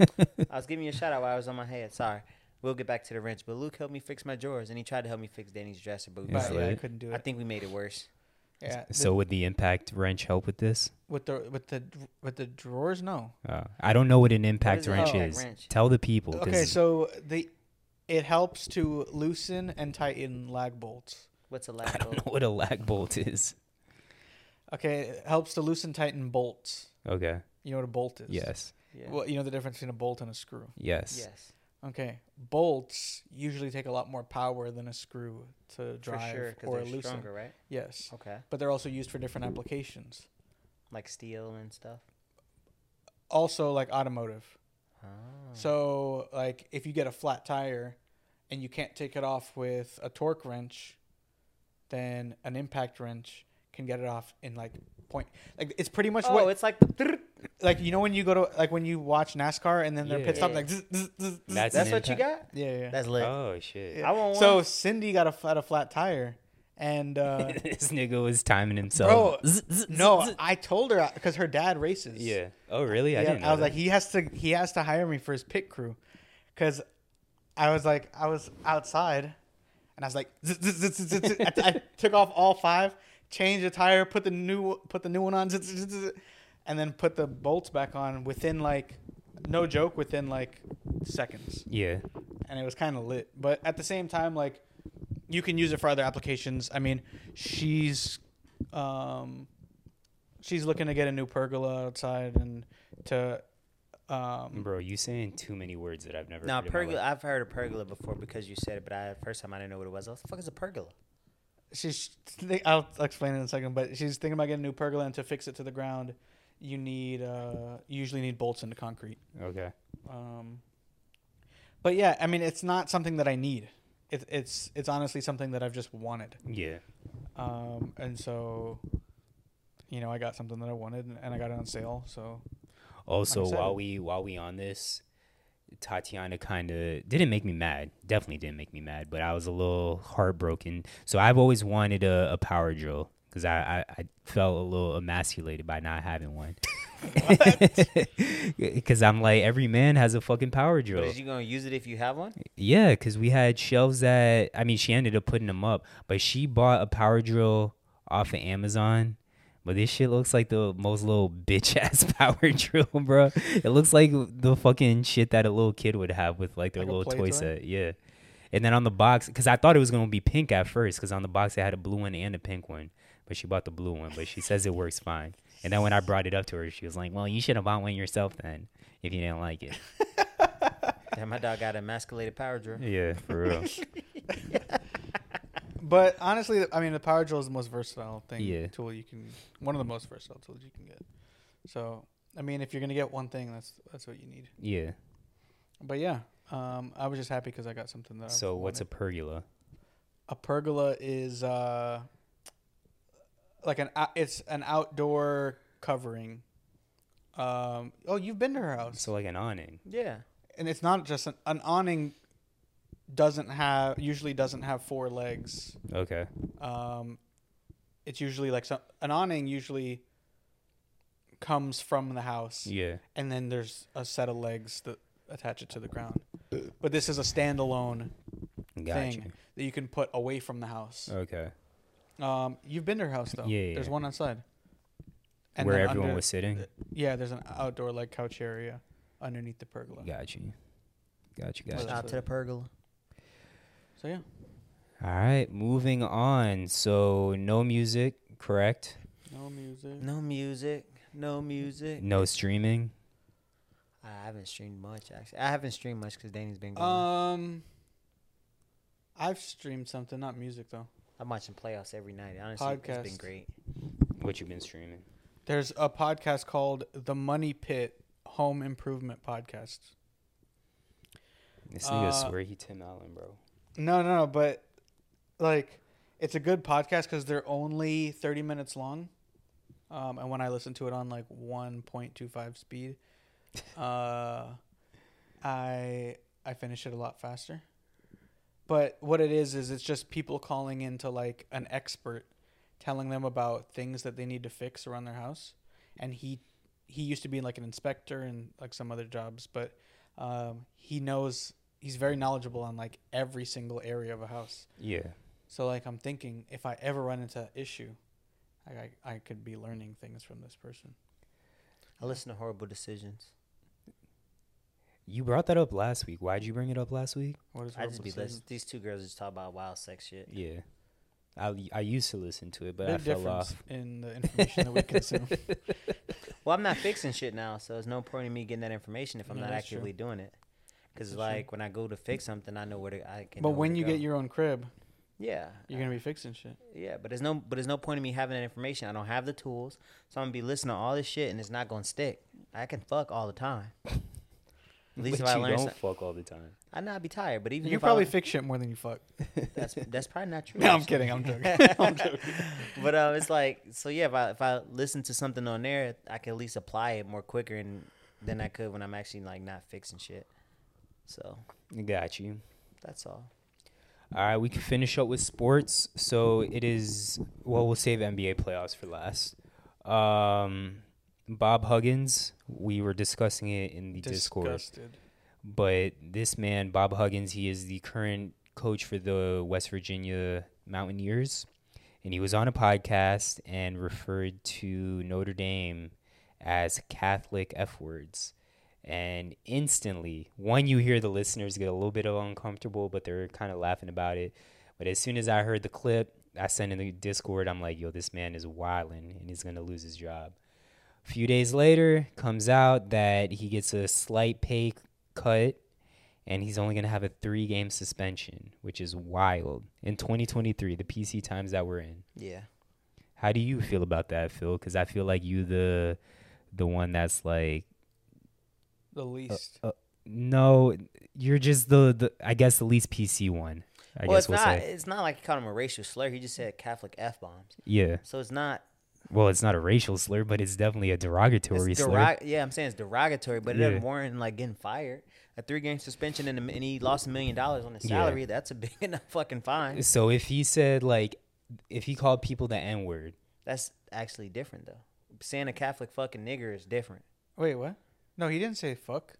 I was giving you a shout out while I was on my head. Sorry. We'll get back to the wrench. But Luke helped me fix my drawers, and he tried to help me fix Danny's dresser. But we It's But probably- yeah, I lit. couldn't do I it. think we made it worse. Yeah. Uh, the- So would the impact wrench help with this? with the with the dr- with the drawers, no. Uh, I don't know what an impact is an wrench impact is. wrench? Tell the people. 'cause Oh, Okay, so the it helps to loosen and tighten lag bolts. What's a I lag don't bolt? know what a lag bolt is. Okay, it helps to loosen tighten bolts. Okay. You know what a bolt is? Yes. Yeah. Well, you know the difference between a bolt and a screw. Yes. Yes. Okay, bolts usually take a lot more power than a screw to drive for sure, or because they're loosen. stronger, right? Yes, Okay. but they're also used for different applications. Like steel and stuff. Also, like automotive. Oh. So, like, if you get a flat tire and you can't take it off with a torque wrench, then an impact wrench can get it off in like point. Like, it's pretty much oh, what it's like like you know when you go to like when you watch NASCAR and then their pit Yeah. stop like zzz, zzz, zzz, zzz. That's that's an what you got. yeah yeah. That's lit. Oh shit. yeah. I want so one. Cindy got a flat, a flat tire, and uh, this nigga was timing himself. Bro, no, I told her because her dad races. Yeah. Oh really? I Yeah, didn't. Know I was that. like, he has to he has to hire me for his pit crew, because I was like, I was outside, and I was like, zzz, zzz, zzz, zzz, zzz. I, I took off all five, changed the tire, put the new put the new one on, zzz, zzz, zzz, zzz, and then put the bolts back on within like, no joke, within like seconds, Yeah. and it was kind of lit. But at the same time, like, you can use it for other applications. I mean, she's. Um, She's looking to get a new pergola outside and to um Bro, you saying too many words that I've never. No, heard in my pergola. life. I've heard of pergola before because you said it, but I first time I didn't know what it was. I was like, "Fuck is a pergola?" she's thi- I'll explain it in a second, but she's thinking about getting a new pergola and to fix it to the ground, you need uh you usually need bolts into concrete. Okay. Um but yeah, I mean it's not something that I need. It, it's it's honestly something that I've just wanted. Yeah. Um and so you know, I got something that I wanted and, and I got it on sale, so Also, while excited. we while we on this, Tatiana kind of didn't make me mad. Definitely didn't make me mad, but I was a little heartbroken. So I've always wanted a, a power drill because I, I I felt a little emasculated by not having one. Because I'm like every man has a fucking power drill. But is you gonna use it if you have one? Yeah, because we had shelves that I mean, she ended up putting them up, but she bought a power drill off of Amazon. But this shit looks like the most little bitch ass power drill, bro. It looks like the fucking shit that a little kid would have with like their Like a little play toy toy? set. Yeah. And then on the box, because I thought it was gonna be pink at first, because on the box it had a blue one and a pink one, but she bought the blue one. But she says it works fine. And then when I brought it up to her, she was like, "Well, you should have bought one yourself then, if you didn't like it." Damn, my dog got an emasculated power drill. Yeah, for real. but honestly, I mean, the power drill is the most versatile thing Yeah. tool you can. One of the most versatile tools you can get. So, I mean, if you're gonna get one thing, that's that's what you need. Yeah. But yeah, um, I was just happy because I got something that. So what's a pergola? a pergola? Is uh, like an ou- it's an outdoor covering. Um, oh, you've been to her house, So like an awning. Yeah. and it's not just an, an awning. Doesn't have usually doesn't have four legs. Okay. um, it's usually like some an awning usually comes from the house Yeah. and then there's a set of legs that attach it to the ground but this is a standalone Gotcha. thing that you can put away from the house Okay. um, you've been to her house though Yeah, yeah, there's yeah. one outside Where then everyone under- was sitting. yeah there's an outdoor like couch area underneath the pergola Gotcha. Gotcha. Well, Gotcha. that's Shout out to the pergola. so yeah All right. Moving on. So no music, correct? no music No music. No music. No streaming. I haven't streamed much actually. I haven't streamed much because Danny's been gone. um i've streamed something not music though I'm watching playoffs every night. Honestly, it's been podcast. great. What you been streaming? There's a podcast called The Money Pit Home Improvement Podcast. This nigga Uh, swear he Tim Allen, bro. No, no, no, but like it's a good podcast because they're only 30 minutes long. Um, and when I listen to it on like 1.25 speed, uh, I I finish it a lot faster. But what it is is it's just people calling into like an expert, telling them about things that they need to fix around their house. And he he used to be like an inspector and like some other jobs, but um, he knows he's very knowledgeable on like every single area of a house. Yeah. So like I'm thinking if I ever run into that issue, I, I I could be learning things from this person. I listen to horrible decisions. You brought that up last week. Why'd you bring it up last week? What is I just horrible be decision? listen. These two girls just talk about wild sex shit. Yeah. I, I used to listen to it, but Big I fell difference off. in the information that we consume. Well, I'm not fixing shit now, so there's no point in me getting that information if I'm No, not that's true. actively doing it. Because That's true. like when I go to fix something, I know where to. I can. but know where when to you get go. your own crib, yeah, you're gonna be fixing shit. yeah, but there's no but there's no point in me having that information. I don't have the tools, so I'm gonna be listening to all this shit, and it's not gonna stick. I can fuck all the time. At least but if I you learn, don't some- fuck all the time. I know I'd be tired, but even You if probably I, fix shit more than you fuck. that's that's probably not true. No, I'm actually. kidding. I'm joking. but um, it's like so yeah. If I if I listen to something on there, I can at least apply it more quicker and than I could when I'm actually like not fixing shit. So Got you. that's all. All right, we can finish up with sports. So it is well, we'll save NBA playoffs for last. Um, Bob Huggins, we were discussing it in the Discord, Disgusted. but this man, Bob Huggins, he is the current coach for the West Virginia Mountaineers, and he was on a podcast and referred to Notre Dame as Catholic f words. And instantly, one, you hear the listeners get a little bit of uncomfortable, but they're kind of laughing about it. But as soon as I heard the clip, I sent in the Discord, I'm like, yo, this man is wilding and he's going to lose his job. A few days later, comes out that he gets a slight pay cut and he's only going to have a three game suspension, which is wild. In 2023, the PC times that we're in. Yeah. How do you feel about that, Phil? Because I feel like you the the one that's like The Uh, least. no, you're just the, the I guess the least PC one. I well, guess it's we'll not. say. It's not like he called him a racial slur. He just said Catholic f bombs. Yeah. So it's not. Well, it's not a racial slur, but it's definitely a derogatory It's slur. derog- yeah, I'm saying it's derogatory, but it Yeah. doesn't warrant like getting fired. A three game suspension and, a, and he lost a million dollars on his Yeah. salary. That's a big enough fucking fine. so if he said like, if he called people the N word, That's actually different though. Saying a Catholic fucking nigger is different. Wait, what? No, he didn't say fuck.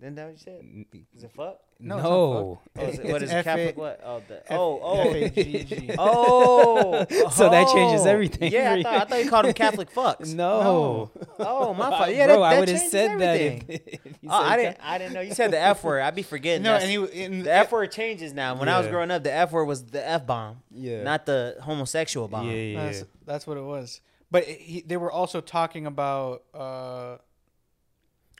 Isn't that what you said? Is it fuck? no, No, it's Oh, not is it, It's what is it? F A- Catholic what? Oh, the, F- oh, oh. F-A-G-G. Oh, So that changes Oh. everything Yeah, for I thought, I you. thought you called him Catholic fucks. no. Oh, my fault. Yeah, Bro, that, I that would have changes said everything. that. If, if he Oh, I said didn't. I didn't know you said the F word. I'd be forgetting. No, That's- and he w- in the F word changes now. When I was Yeah. growing up, the F word was the F bomb, Yeah. not the homosexual that. bomb. Yeah, yeah. That's, that's what it was. But it- he, they were also talking about uh,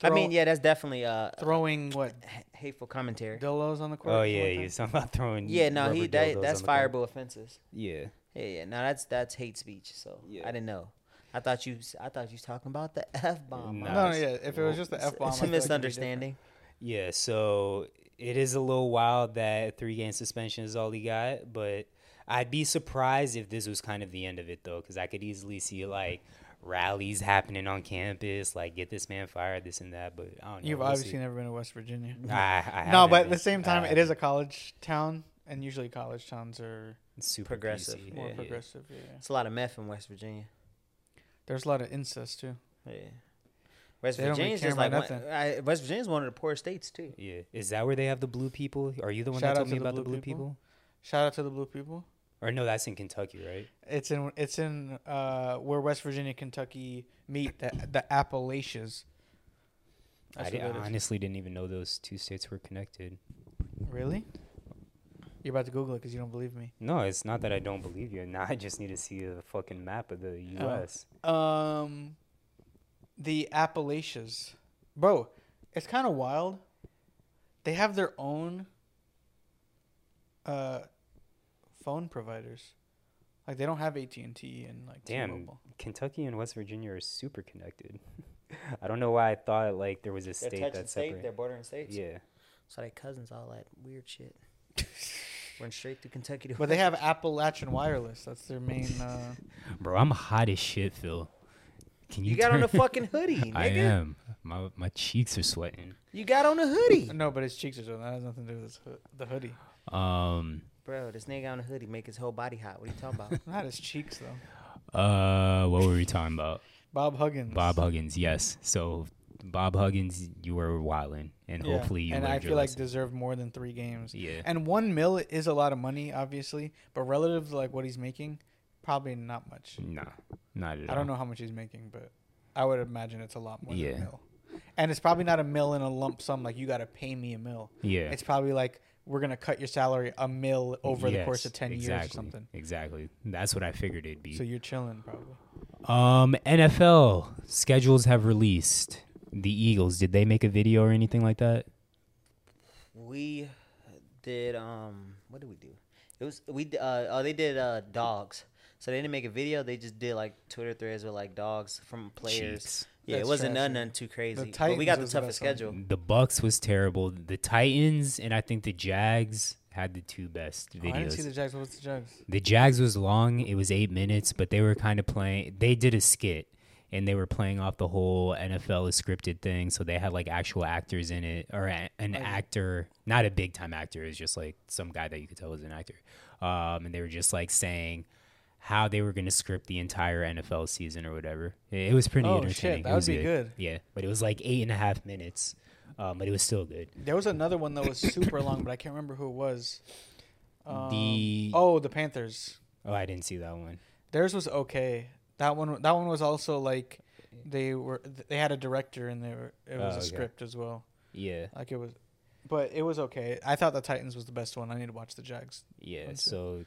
I throw- mean, yeah, that's definitely uh, throwing what h- hateful commentary. dildos on the court. Oh or something yeah, like that? you're talking about throwing. Yeah, no, he rubber dildos that, that's on the court. fireable offenses. Yeah. Yeah, yeah, no, that's that's hate speech. So Yeah. I didn't know. I thought you s- I thought you was talking about the F bomb. Nah, huh? No, it's- yeah. If it was just the It's- f bomb, It's a misunderstanding. Yeah, so it is a little wild that three game suspension is all he got, but I'd be surprised if this was kind of the end of it though, because I could easily see like rallies happening on campus, like get this man fired, this and that. But I don't know. You've we'll obviously see. never been to West Virginia. I, I No, haven't but at the been. same time, I it is a college town, and usually college towns are haven't. super progressive. PC, more yeah, yeah. progressive. Yeah. It's a lot of meth in West Virginia. There's a lot of incest too. Yeah, West They don't really Virginia's care just like about one, nothing. I, West Virginia's one of the poor states too. Yeah. Is that where they have the blue people? Are you the one Shout that out told to me the about the blue blue people. people? Shout out to the blue people. Or no, that's in Kentucky, right? It's in it's in uh, where West Virginia, Kentucky meet the the Appalachias. I, That's di- what I that is. honestly didn't even know those two states were connected. Really? You're about to Google it because you don't believe me. No, it's not that I don't believe you. Now I just need to see a fucking map of the Oh. U.S. Um, the Appalachias, bro. It's kind of wild. They have their own uh phone providers. Like they don't have AT and T and like Damn, T-Mobile. Kentucky and West Virginia are super connected. I don't know why I thought like there was a They're state touching that's state, they're separate. bordering states. Yeah, So they cousins all that weird shit. Went straight through Kentucky to But they have Appalachian Wireless. That's their main. Uh, bro, I'm hot as shit, Phil. Can You, got on a fucking hoodie, nigga. My my cheeks are sweating. You got on a hoodie. no, but his cheeks are so. That has nothing to do with his hoo- the hoodie. Um. Bro, this nigga on a hoodie make his whole body hot. What are you talking about? Not his cheeks though. Uh. What were we talking about? Bob Huggins. Bob Huggins. Yes. So Bob Huggins, you were wilding, and Yeah, hopefully you and I learned feel your like lesson. deserve more than three games. Yeah. And one mil is a lot of money, obviously, but relative to like what he's making, Probably not much. Nah, not at all. I don't know how much he's making, but I would imagine it's a lot more than Yeah. a mill. And it's probably not a mill in a lump sum like you got to pay me a mill. Yeah. It's probably like we're going to cut your salary a mill over the course Yes, of 10 years or exactly, something. Exactly. That's what I figured it'd be. So you're chilling probably. Um, NFL schedules have released. The Eagles, did they make a video or anything like that? We did um what did we do? It was we d- uh oh they did uh dogs. So they didn't make a video, they just did like Twitter threads with like dogs from players. Chiefs. Yeah, it That's wasn't trash, none, yeah. none too crazy. but we Titans got the was the toughest best schedule. The Bucks was terrible. The Titans and I think the Jags had the two best Oh, I videos. didn't see the the-, Jags. What's the Jags? Jags was long. It was eight minutes, but they were kind of playing. They did a skit and they were playing off the whole NFL is scripted thing. So they had like actual actors in it or a- Oh, an actor, not a big time actor. It was just like some guy that you could tell was an actor. Um, and they were just like saying how they were going to script the entire NFL season or whatever. It, it was pretty Oh, shit, entertaining. It that would was be good. Yeah. But it was like eight and a half minutes. Um, but it was still good. There was another one that was super long, but I can't remember who it was. Um, The- oh, the Panthers. Oh, I didn't see that one. Theirs was okay. That one. That one was also like they were. They had a director and they were. It was Oh, a okay. script as well. Yeah. Like it was, but it was okay. I thought the Titans was the best one. I need to watch the Jags. Yeah. Let's see. So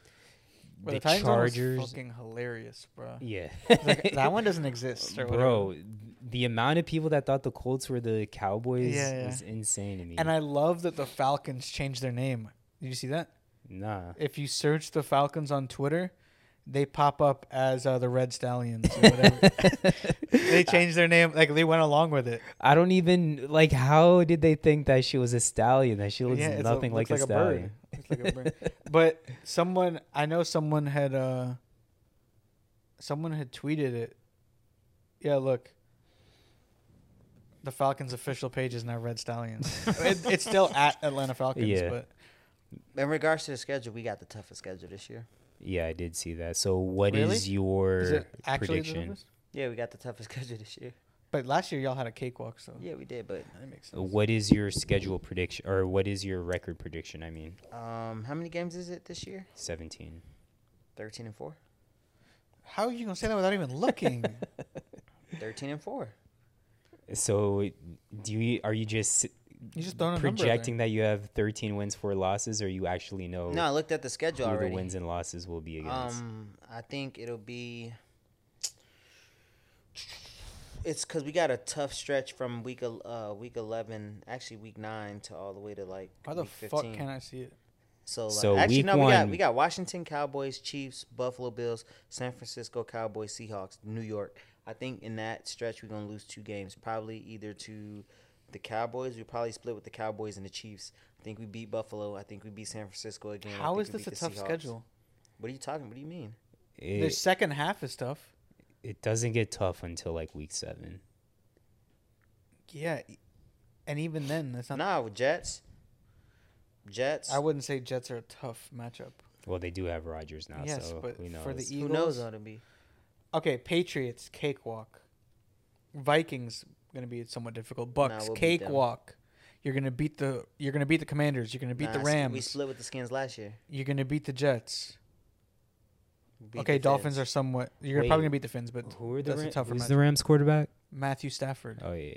But the, the, Titans one was Chargers. fucking hilarious, bro. Yeah. Like, that one doesn't exist, or Bro, whatever. the amount of people that thought the Colts were the Cowboys Yeah, yeah. is insane to me. And I love that the Falcons changed their name. Did you see that? nah. if you search the Falcons on Twitter, they pop up as uh, the Red Stallions or whatever. they changed their name. Like they went along with it. I don't even like how did they think that she was a stallion? That she looks it's a- nothing like, looks a stallion. Looks like a bird. But someone, I know someone had, uh, someone had tweeted it. Yeah, look. The Falcons official page is now Red Stallions. it, it's still at Atlanta Falcons, Yeah. but In regards to the schedule, we got the toughest schedule this year. Yeah, I did see that. So what is Really? your is it actually the prediction? numbers? Yeah, we got the toughest schedule this year. But last year y'all had a cakewalk, so Yeah, we did, but that makes sense. What is your schedule prediction or what is your record prediction? I mean, um how many games is it this year? 17. 13 and 4. How are you gonna say that without even looking? 13 and 4. So do you are you just You just throwing a number out there. projecting that you have 13 wins, 4 losses or you actually know No, I looked at the schedule who already. the Oh. wins and losses will be against? Um, I think it'll be. It's because we got a tough stretch from week el- uh week eleven, actually week nine to all the way to like Why the week fuck fifteen. can I see it? so like, So actually week no, we got one- we got Washington Cowboys, Chiefs, Buffalo Bills, San Francisco Cowboys, Seahawks, New York. I think in that stretch we're gonna lose two games, probably either to the Cowboys. We probably split with the Cowboys and the Chiefs. I think we beat Buffalo. I think we beat San Francisco again. I How think is we this a beat the tough Seahawks. schedule? What are you talking? What do you mean? The It, second half is tough. it doesn't get tough until like week 7. Yeah, e- and even then, that's not. Nah, with Jets. Jets. I wouldn't say Jets are a tough matchup. Well, they do have Rodgers now, yes, so but who knows? for the E- Who Eagles, knows how to be? okay, Patriots cakewalk, Vikings gonna be somewhat difficult. Bucks we'll beat them. cakewalk. You're gonna beat the. You're gonna beat the Commanders. You're gonna beat the Nah, s- We Rams. split with the Skins last year. You're gonna beat the Jets. Beat okay, the Dolphins Fins. are somewhat. You're Wait, probably gonna beat the Fins, but Who are the, that's a Ram- tougher who's matchup. the Rams quarterback? Matthew Stafford. Oh yeah,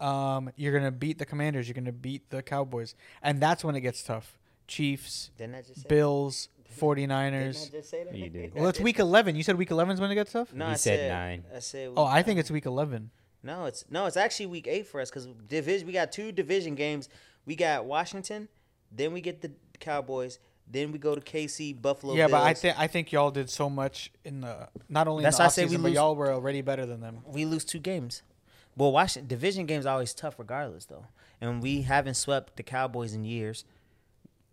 yeah, Um, you're gonna beat the Commanders. You're gonna beat the Cowboys, and that's when it gets tough. Chiefs, Didn't I just say Bills, that? 49ers. Didn't I just say that? You did. Well, it's week 11. You said week 11 is when it gets tough. No, He I said nine. I said. Oh, week- I think it's week 11. no, it's no, it's actually week eight for us because division. We got two division games. We got Washington, then we get the Cowboys, then we go to KC, Buffalo. yeah, but I Bills. think I think y'all did so much in the not only That's in why the I say offseason, we but lose- y'all were already better than them. we lose two games. Well, Washington division games are always tough, regardless though, and we haven't swept the Cowboys in years.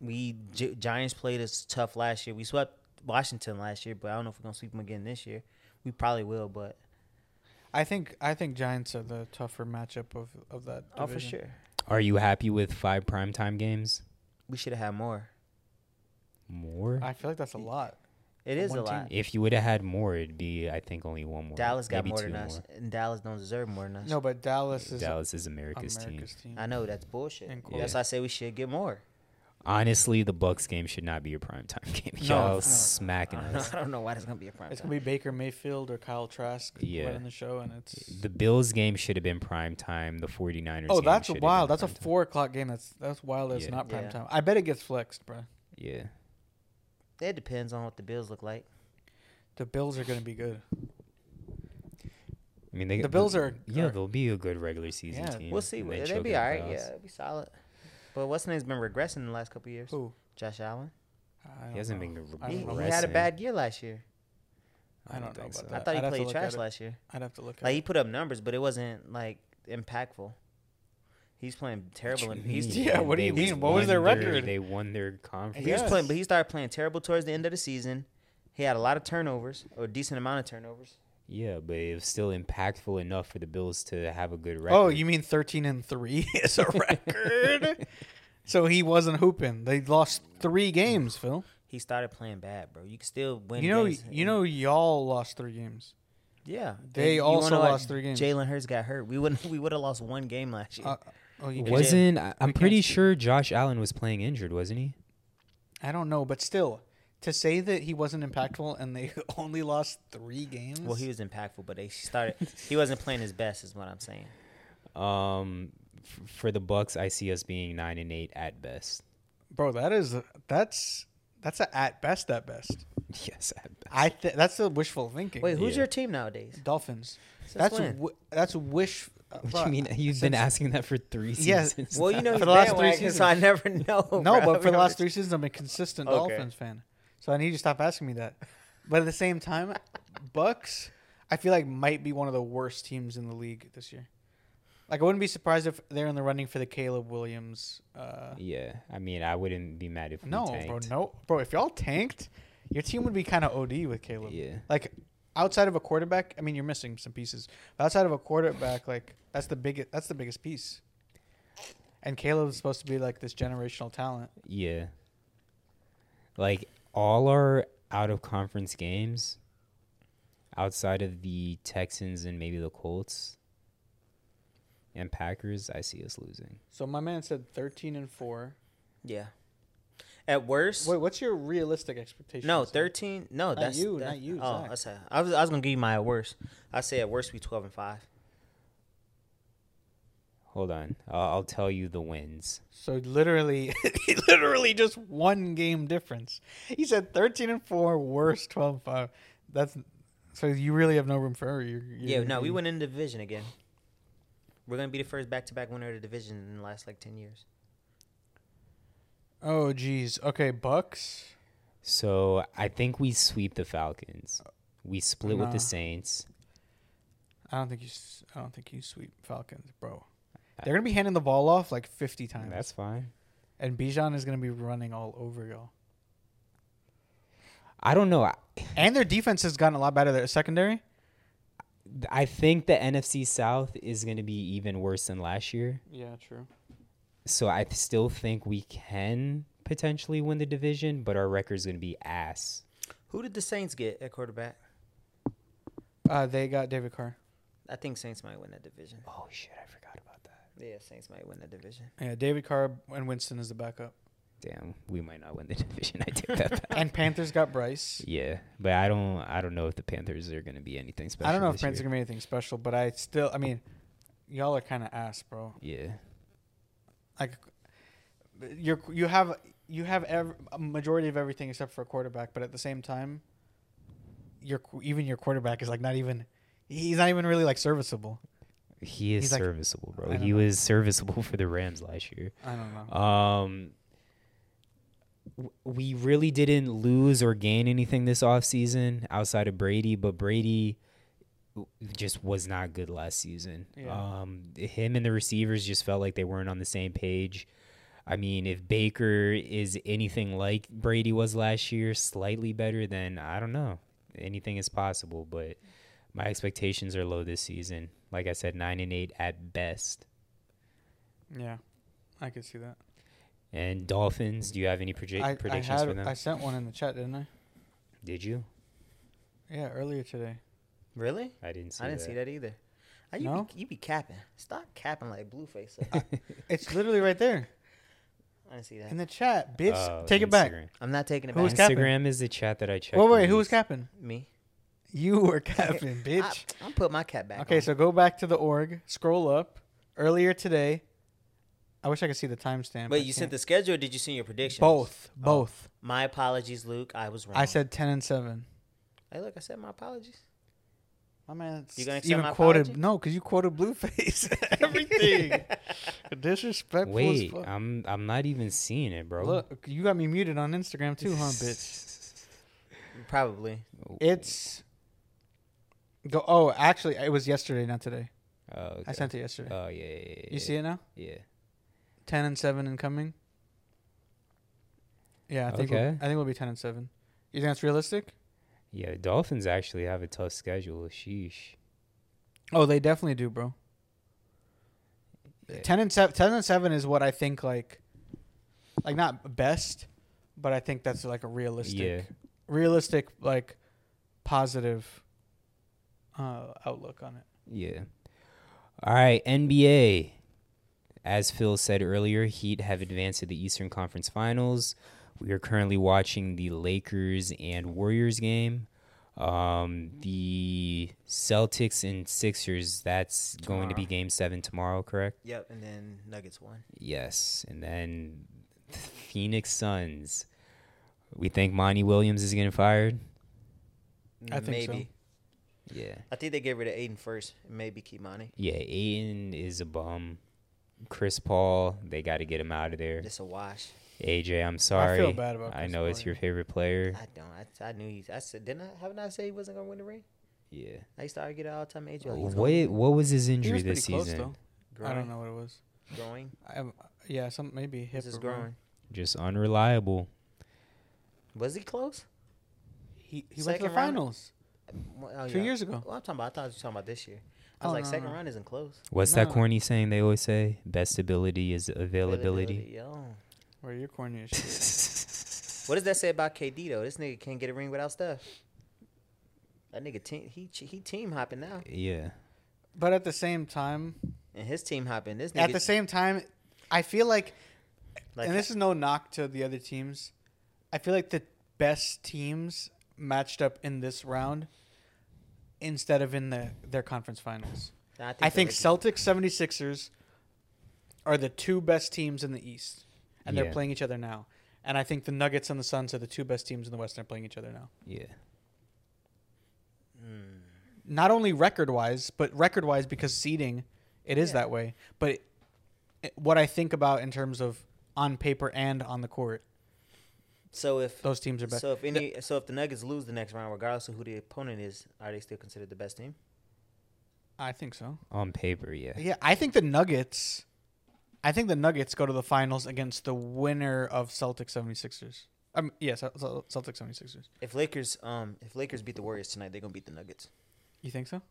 We Gi- Giants played us tough last year. We swept Washington last year, but I don't know if we're gonna sweep them again this year. We probably will, but I think I think Giants are the tougher matchup of of that. oh for division. sure, Are you happy with five primetime games? we should have had more. More. I feel like that's a lot. It is One a lot. if you would have had more, it'd be I think only one more. Dallas got maybe more two than us, and Dallas don't deserve more than us. No, but Dallas is Dallas is America's, America's team. team. I know that's bullshit. And That's why I say we should get more. Honestly, the Bucks game should not be your prime time game. No, Y'all no. smacking Uh, I us. don't know why that's gonna be a problem. It's gonna be Baker Mayfield or Kyle Trask Yeah. running the show, and it's The Bills game should have been prime time. The 49ers oh, game that's should have wild. been That's a prime time. four o'clock game. That's that's wild. That's Yeah. not prime Yeah. time. I bet it gets flexed, bro. Yeah. It depends on what the Bills look like. The Bills are gonna be good. I mean, they, The Bills are- Yeah, are- they'll be a good regular season Yeah, team. We'll see. and they They choke will be in the all right. playoffs. Yeah, it'll be solid. But what's his name's been regressing in the last couple years? Who? Josh Allen. I don't He hasn't know. been I He, don't know. he had a regressing. bad year last year. I don't know think about so. I that. thought I'd have he to played look trash at it. last year. I'd have to look. Like at he it. put up numbers, but it wasn't like impactful. He's playing terrible. What And you he's mean? Yeah, what do you They mean? What was their won their- record? They won their conference. he was Yes. playing, but he started playing terrible towards the end of the season. He had a lot of turnovers, or a decent amount of turnovers. Yeah, but it was still impactful enough for the Bills to have a good record. Oh, you mean thirteen and three is a record? so he wasn't hooping. They lost three games, Phil. He started playing bad, bro. You can still win. You know, games you and- know, y'all lost three games. Yeah, They you also wanna know why lost three games. Jalen Hurts got hurt. We wouldn't. We would have lost one game last year. Uh, oh, you did. wasn't I- I'm pretty against- sure Josh Allen was playing injured, wasn't he? I don't know, but still, to say that he wasn't impactful and they only lost three games. well, he was impactful, but they started. he wasn't playing his best, is what I'm saying. Um, f- for the Bucks, I see us being nine and eight at best. bro, that is that's that's a at best at best. Yes, at best. I th- that's the wishful thinking. Wait, who's Yeah. your team nowadays? Dolphins. Since That's when? w- that's wish. uh, What bro, you mean? You've been asking that for three Yeah, seasons. Well, you know, For he's the last three bandwagon, so I never know. No, bro. but for the last three seasons, I'm a consistent Okay. Dolphins fan, so I need you to stop asking me that. But at the same time, Bucks, I feel like might be one of the worst teams in the league this year. Like I wouldn't be surprised if they're in the running for the Caleb Williams. Uh, Yeah, I mean, I wouldn't be mad if we no, bro, tanked. no, bro. If y'all tanked, your team would be kind of OD with Caleb. Yeah. Like outside of a quarterback, I mean, you're missing some pieces. But outside of a quarterback, like that's the biggest. That's the biggest piece. And Caleb's supposed to be like this generational talent. Yeah. Like all our out of conference games outside of the Texans and maybe the Colts and Packers, I see us losing. So my man said 13 and 4. Yeah. At worst, Wait, what's your realistic expectation? no, thirteen. No, that's you, that- not you, Oh, Zach. I said I was. I was gonna give you my at worst. I say at worst we twelve and five. Hold on. I'll, I'll tell you the wins. So literally literally just one game difference. He said 13 and 4, worse 12 and 5. That's so you really have no room for error. You're, Yeah, you're- no, we you- went in the division again. We're gonna be the first back-to-back winner of the division in the last like ten years. Oh geez. Okay, Bucks. So I think we sweep the Falcons. We split with Nah. the Saints. I don't think you s- I don't think you sweep Falcons, bro. They're going to be handing the ball off like 50 times. That's fine. and Bijan is going to be running all over y'all. I don't know. I, And their defense has gotten a lot better. Their secondary? I think the NFC South is going to be even worse than last year. Yeah, true. So I th- still think we can potentially win the division, but our record's going to be ass. Who did the Saints get at quarterback? Uh, they got David Carr. I think Saints might win that division. Oh shit, I forgot about that. Yeah, Saints might win that division. Yeah, David Carr and Winston is the backup. Damn, we might not win the division. I take that back. And Panthers got Bryce. yeah, but I don't I don't know if the Panthers are going to be anything special. I don't know if this Panthers are year. gonna be anything special, but I still, I mean, y'all are kind of ass, bro. Yeah. Like, you're you have you have ev- a majority of everything except for a quarterback, but at the same time, your qu- even your quarterback is like not even he's not even really like serviceable. He is He's like, serviceable, I bro. don't He know. was serviceable for the Rams last year. I don't know. Um w- we really didn't lose or gain anything this offseason outside of Brady, but Brady w- just was not good last season. Yeah. Um him and the receivers just felt like they weren't on the same page. I mean, if Baker is anything like Brady was last year, slightly better, then I don't know. Anything is possible, but my expectations are low this season. Like I said, 9 and 8 at best. Yeah, I could see that. And Dolphins, do you have any proje- I, I predictions for had them? I sent one in the chat, didn't I? Did you? Yeah, earlier today. Really? I didn't see. I didn't see that either. Ah, you, No? be, you be capping. Stop capping like Blueface. It's literally right there. I didn't see that. In the chat, bitch. Oh, Take it back. Instagram. I'm not taking it Who was back. capping? Instagram is the chat that I checked. Wait, wait, the who was least. capping? Me. You were capping, bitch. I, I'm putting my cap back. Okay, on. so go back to the org. Scroll up. Earlier today, I wish I could see the timestamp. Wait, I you sent can't. the schedule or did you see your predictions? both, both. My apologies, Luke. I was wrong. I said ten and seven. Hey, look, I said my apologies. My man, You gonna accept even my quoted apology? no, because you quoted Blueface. Everything disrespectful. Wait, as uh, fuck. I'm I'm not even seeing it, bro. look, you got me muted on Instagram too, huh, bitch? Probably. It's go. Oh, actually, it was yesterday, not today. Oh, I okay. sent it yesterday. Oh yeah, yeah, yeah, you see it now? Yeah. Ten and seven incoming. Yeah, I think we'll, Okay. I think we'll be ten and seven. You think that's realistic? Yeah, Dolphins actually have a tough schedule. Sheesh. Oh, they definitely do, bro. Yeah. Ten and seven. Ten and seven is what I think like, like not best, but I think that's like a realistic, Yeah. realistic like, positive. Uh, outlook on it. Yeah. All right, NBA. As Phil said earlier, Heat have advanced to the Eastern Conference Finals. We are currently watching the Lakers and Warriors game. Um, the Celtics and Sixers, that's going to be game seven tomorrow, correct? Yep. And then Nuggets won. Yes. And then Phoenix Suns. We think Monty Williams is getting fired. I think so. maybe. Yeah. I think they get rid of Aiden first. and Maybe Kimani. Yeah, Aiden is a bum. Chris Paul, they got to get him out of there. It's a wash. AJ, I'm sorry. bad about I Chris know it's Paul, your favorite player. I don't. I, I knew he. I said, didn't I? Haven't I said he wasn't gonna win the ring? Yeah. I used to argue that all the time. AJ, Uh, like, he's gonna win What What was his He injury was this pretty close season? though. the ring." I don't know what it was. Growing. I, yeah, some maybe hip This is or groin. growing. Just unreliable. Was he close? He he went to the Second round? finals. Well, oh, Two years ago. Well, I'm talking about. I thought you were talking about this year. I was Oh, like, no, no, second no. round isn't close. What's that No. corny saying they always say? Best ability is availability. Yo. Where your corny as shit. What does that say about KD though? This nigga can't get a ring without Steph. That nigga team he ch- he team hopping now, Yeah. But at the same time, and his team hopping. This nigga at the same time, I feel like, like and this is no knock to the other teams. I feel like the best teams matched up in this round instead of in the their conference finals. I think, I think the Lakers- Celtics 76ers are the two best teams in the East, and they're Yeah. playing each other now. And I think the Nuggets and the Suns are the two best teams in the West, and they're playing each other now. Yeah. not only record wise, but record wise because seeding, it is Yeah. that way. But it, it- what I think about in terms of on paper and on the court, so if those teams are better. so if any so if the Nuggets lose the next round, regardless of who the opponent is, are they still considered the best team? I think so. On paper, yeah. Yeah, I think the Nuggets. I think the Nuggets go to the finals against the winner of Celtics 76ers. Um, yes, yeah, Cel- Cel- Celtics 76ers. If Lakers um if Lakers beat the Warriors tonight, they're gonna beat the Nuggets. You think so?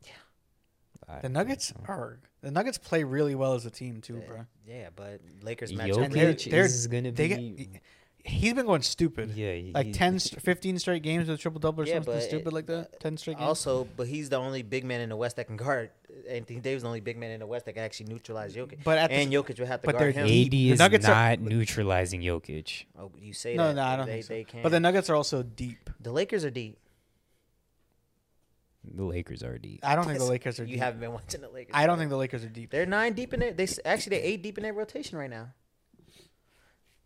I- The Nuggets are the Nuggets play really well as a team too, bro. Uh, Yeah, but Lakers match up. And they're- Jokic they're- is gonna They be. get, he's been going stupid. Yeah, he- like 10 st- 15 straight games with a triple double or Yeah, something but stupid it- like that. 10 straight games. Also, but he's the only big man in the West that can guard. Anthony Davis, is the only big man in the West that can actually neutralize Jokic. But at the and s- Jokic would have to but guard they're him. AD The is Nuggets not are- neutralizing Jokic. Oh, you say no, that? no, I don't they, think so. They can. But the Nuggets are also deep. the Lakers are deep. The Lakers are deep. I don't think the Lakers are You deep. haven't been watching the Lakers. I don't think the Lakers are deep. they're nine deep in it. They s- actually they're eight deep in their rotation right now.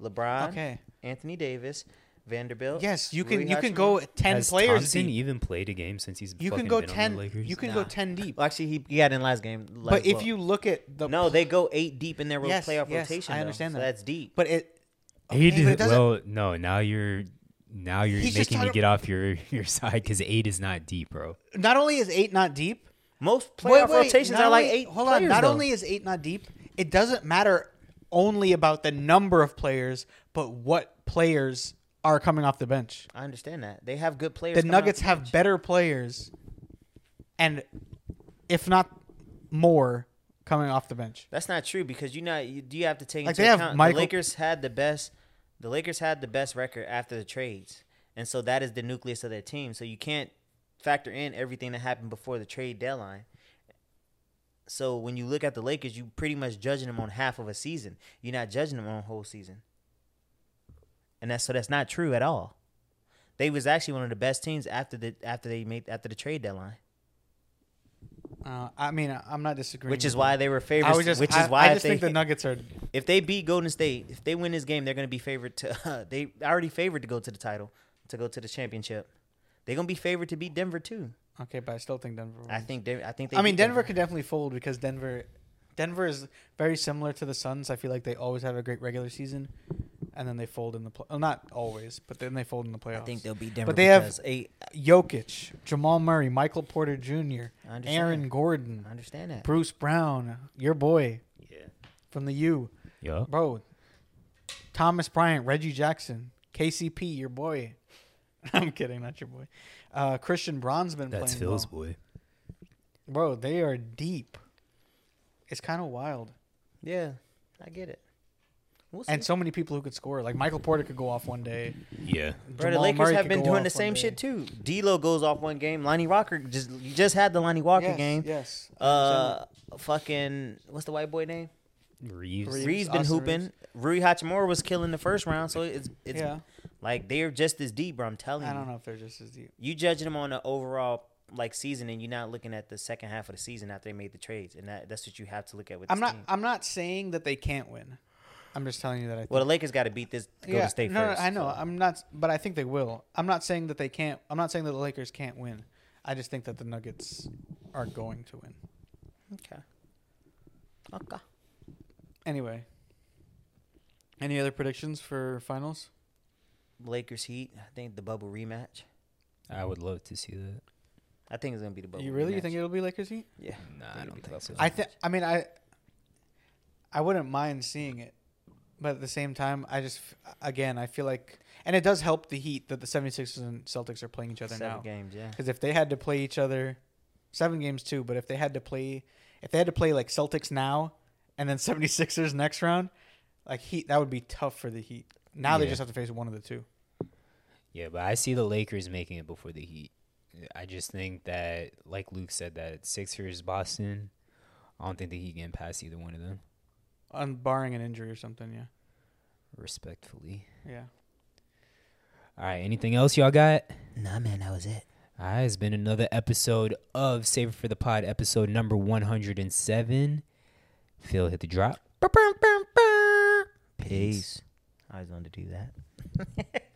LeBron, Okay. Anthony Davis, Vanderbilt. Yes, you can Rui you can go Hachimura. 10 Has players Thompson deep. even played a game since he's You fucking can go been on the 10 Lakers? you can Nah. go 10 deep. Well, actually, he, he got in last game. But last if blow. you look at the no, they go eight deep in their ro- Yes, playoff yes, rotation. I though, understand so that. that's deep. but it He Okay, but it did doesn't- well. No, now you're now you're He's just making me trying to- get off your your side because eight is not deep, bro. not only is 8 not deep, Most wait, playoff wait, rotations not are like only- eight. Hold players, on, not though. only is 8 not deep, it doesn't matter only about the number of players, but what players are coming off the bench. I understand that they have good players. the coming off Nuggets the have bench. better players, and if not more, coming off the bench. That's not true because you not you, do you have to take Like, into they have account Michael- the Lakers had the best the Lakers had the best record after the trades. And so that is the nucleus of their team. So you can't factor in everything that happened before the trade deadline. So when you look at the Lakers, you pretty much judging them on half of a season. You're not judging them on a whole season. and that's so that's not true at all. They was actually one of the best teams after the after they made after the trade deadline, Uh, I mean, I- I'm not disagreeing. which is with why you. they were I favorites. was just, which is I, why I if just they, think the Nuggets are. if they beat Golden State, if they win this game, they're going to be favored to. they already favored to go to the title, to go to the championship. They're going to be favored to beat Denver too. Okay, but I still think Denver. I wins. think. They, I think. They I mean, beat Denver could definitely fold because Denver, Denver is very similar to the Suns. I feel like they always have a great regular season, and then they fold in the play. Not always, but then they fold in the I playoffs. think they'll beat Denver. But they have- because a. Jokic, Jamal Murray, Michael Porter Jr., I understand. Aaron Gordon, I understand that. Bruce Brown, your boy Yeah. from the U, Yeah. bro. Thomas Bryant, Reggie Jackson, KCP, your boy. I'm kidding, not your boy. Uh, Christian Bronzman That's playing Phil's well. boy. Bro, they are deep. It's kind of wild. Yeah, I get it. We'll see. And so many people who could score. Like Michael Porter could go off one day. Yeah. Bro, the Jamal Lakers Murray have could been go doing off the one same day. shit too. D'Lo goes off one game. Lonnie Walker just you just had the Lonnie Walker Yes, game. Yes. Uh, fucking what's the white boy name? Reeves. Reeves, Reed's been Austin hooping. Rui Hachimura was killing the first round, so it's it's Yeah. like they're just as deep. Bro, I'm telling I you. don't know if they're just as deep. You judging them on the overall like season, and you're not looking at the second half of the season after they made the trades, and that, that's what you have to look at with. I'm this not. team. I'm not saying that they can't win. I'm just telling you that I. Think, Well, the Lakers got to beat this. to Go Yeah, to state no, no, first. I know. so. I'm not, but I think they will. I'm not saying that they can't. I'm not saying that the Lakers can't win. I just think that the Nuggets are going to win. Okay. Okay. Anyway. Any other predictions for finals? Lakers Heat. I think the bubble rematch. I would love to see that. I think it's gonna be the bubble. you really? You rematch. think it'll be Lakers Heat? Yeah. Nah, I don't think so. I think. I mean, I. I wouldn't mind seeing it, but at the same time, I just f- again I feel like, and it does help the Heat that the 76ers and Celtics are playing each other Seven now. games, yeah. Because if they had to play each other, seven games too. But if they had to play, if they had to play like Celtics now, and then 76ers next round, like Heat, that would be tough for the Heat. Now they Yeah. just have to face one of the two. Yeah, but I see the Lakers making it before the Heat. I just think that, like Luke said, that Sixers, Boston. I don't think the Heat can pass either one of them. Um, barring an injury or something, yeah, Respectfully. yeah. All right. Anything else y'all got? Nah, man, that was it. All right, it's been another episode of Save It for the Pod, episode number 107. Phil, hit the drop. Peace. I was going to do that.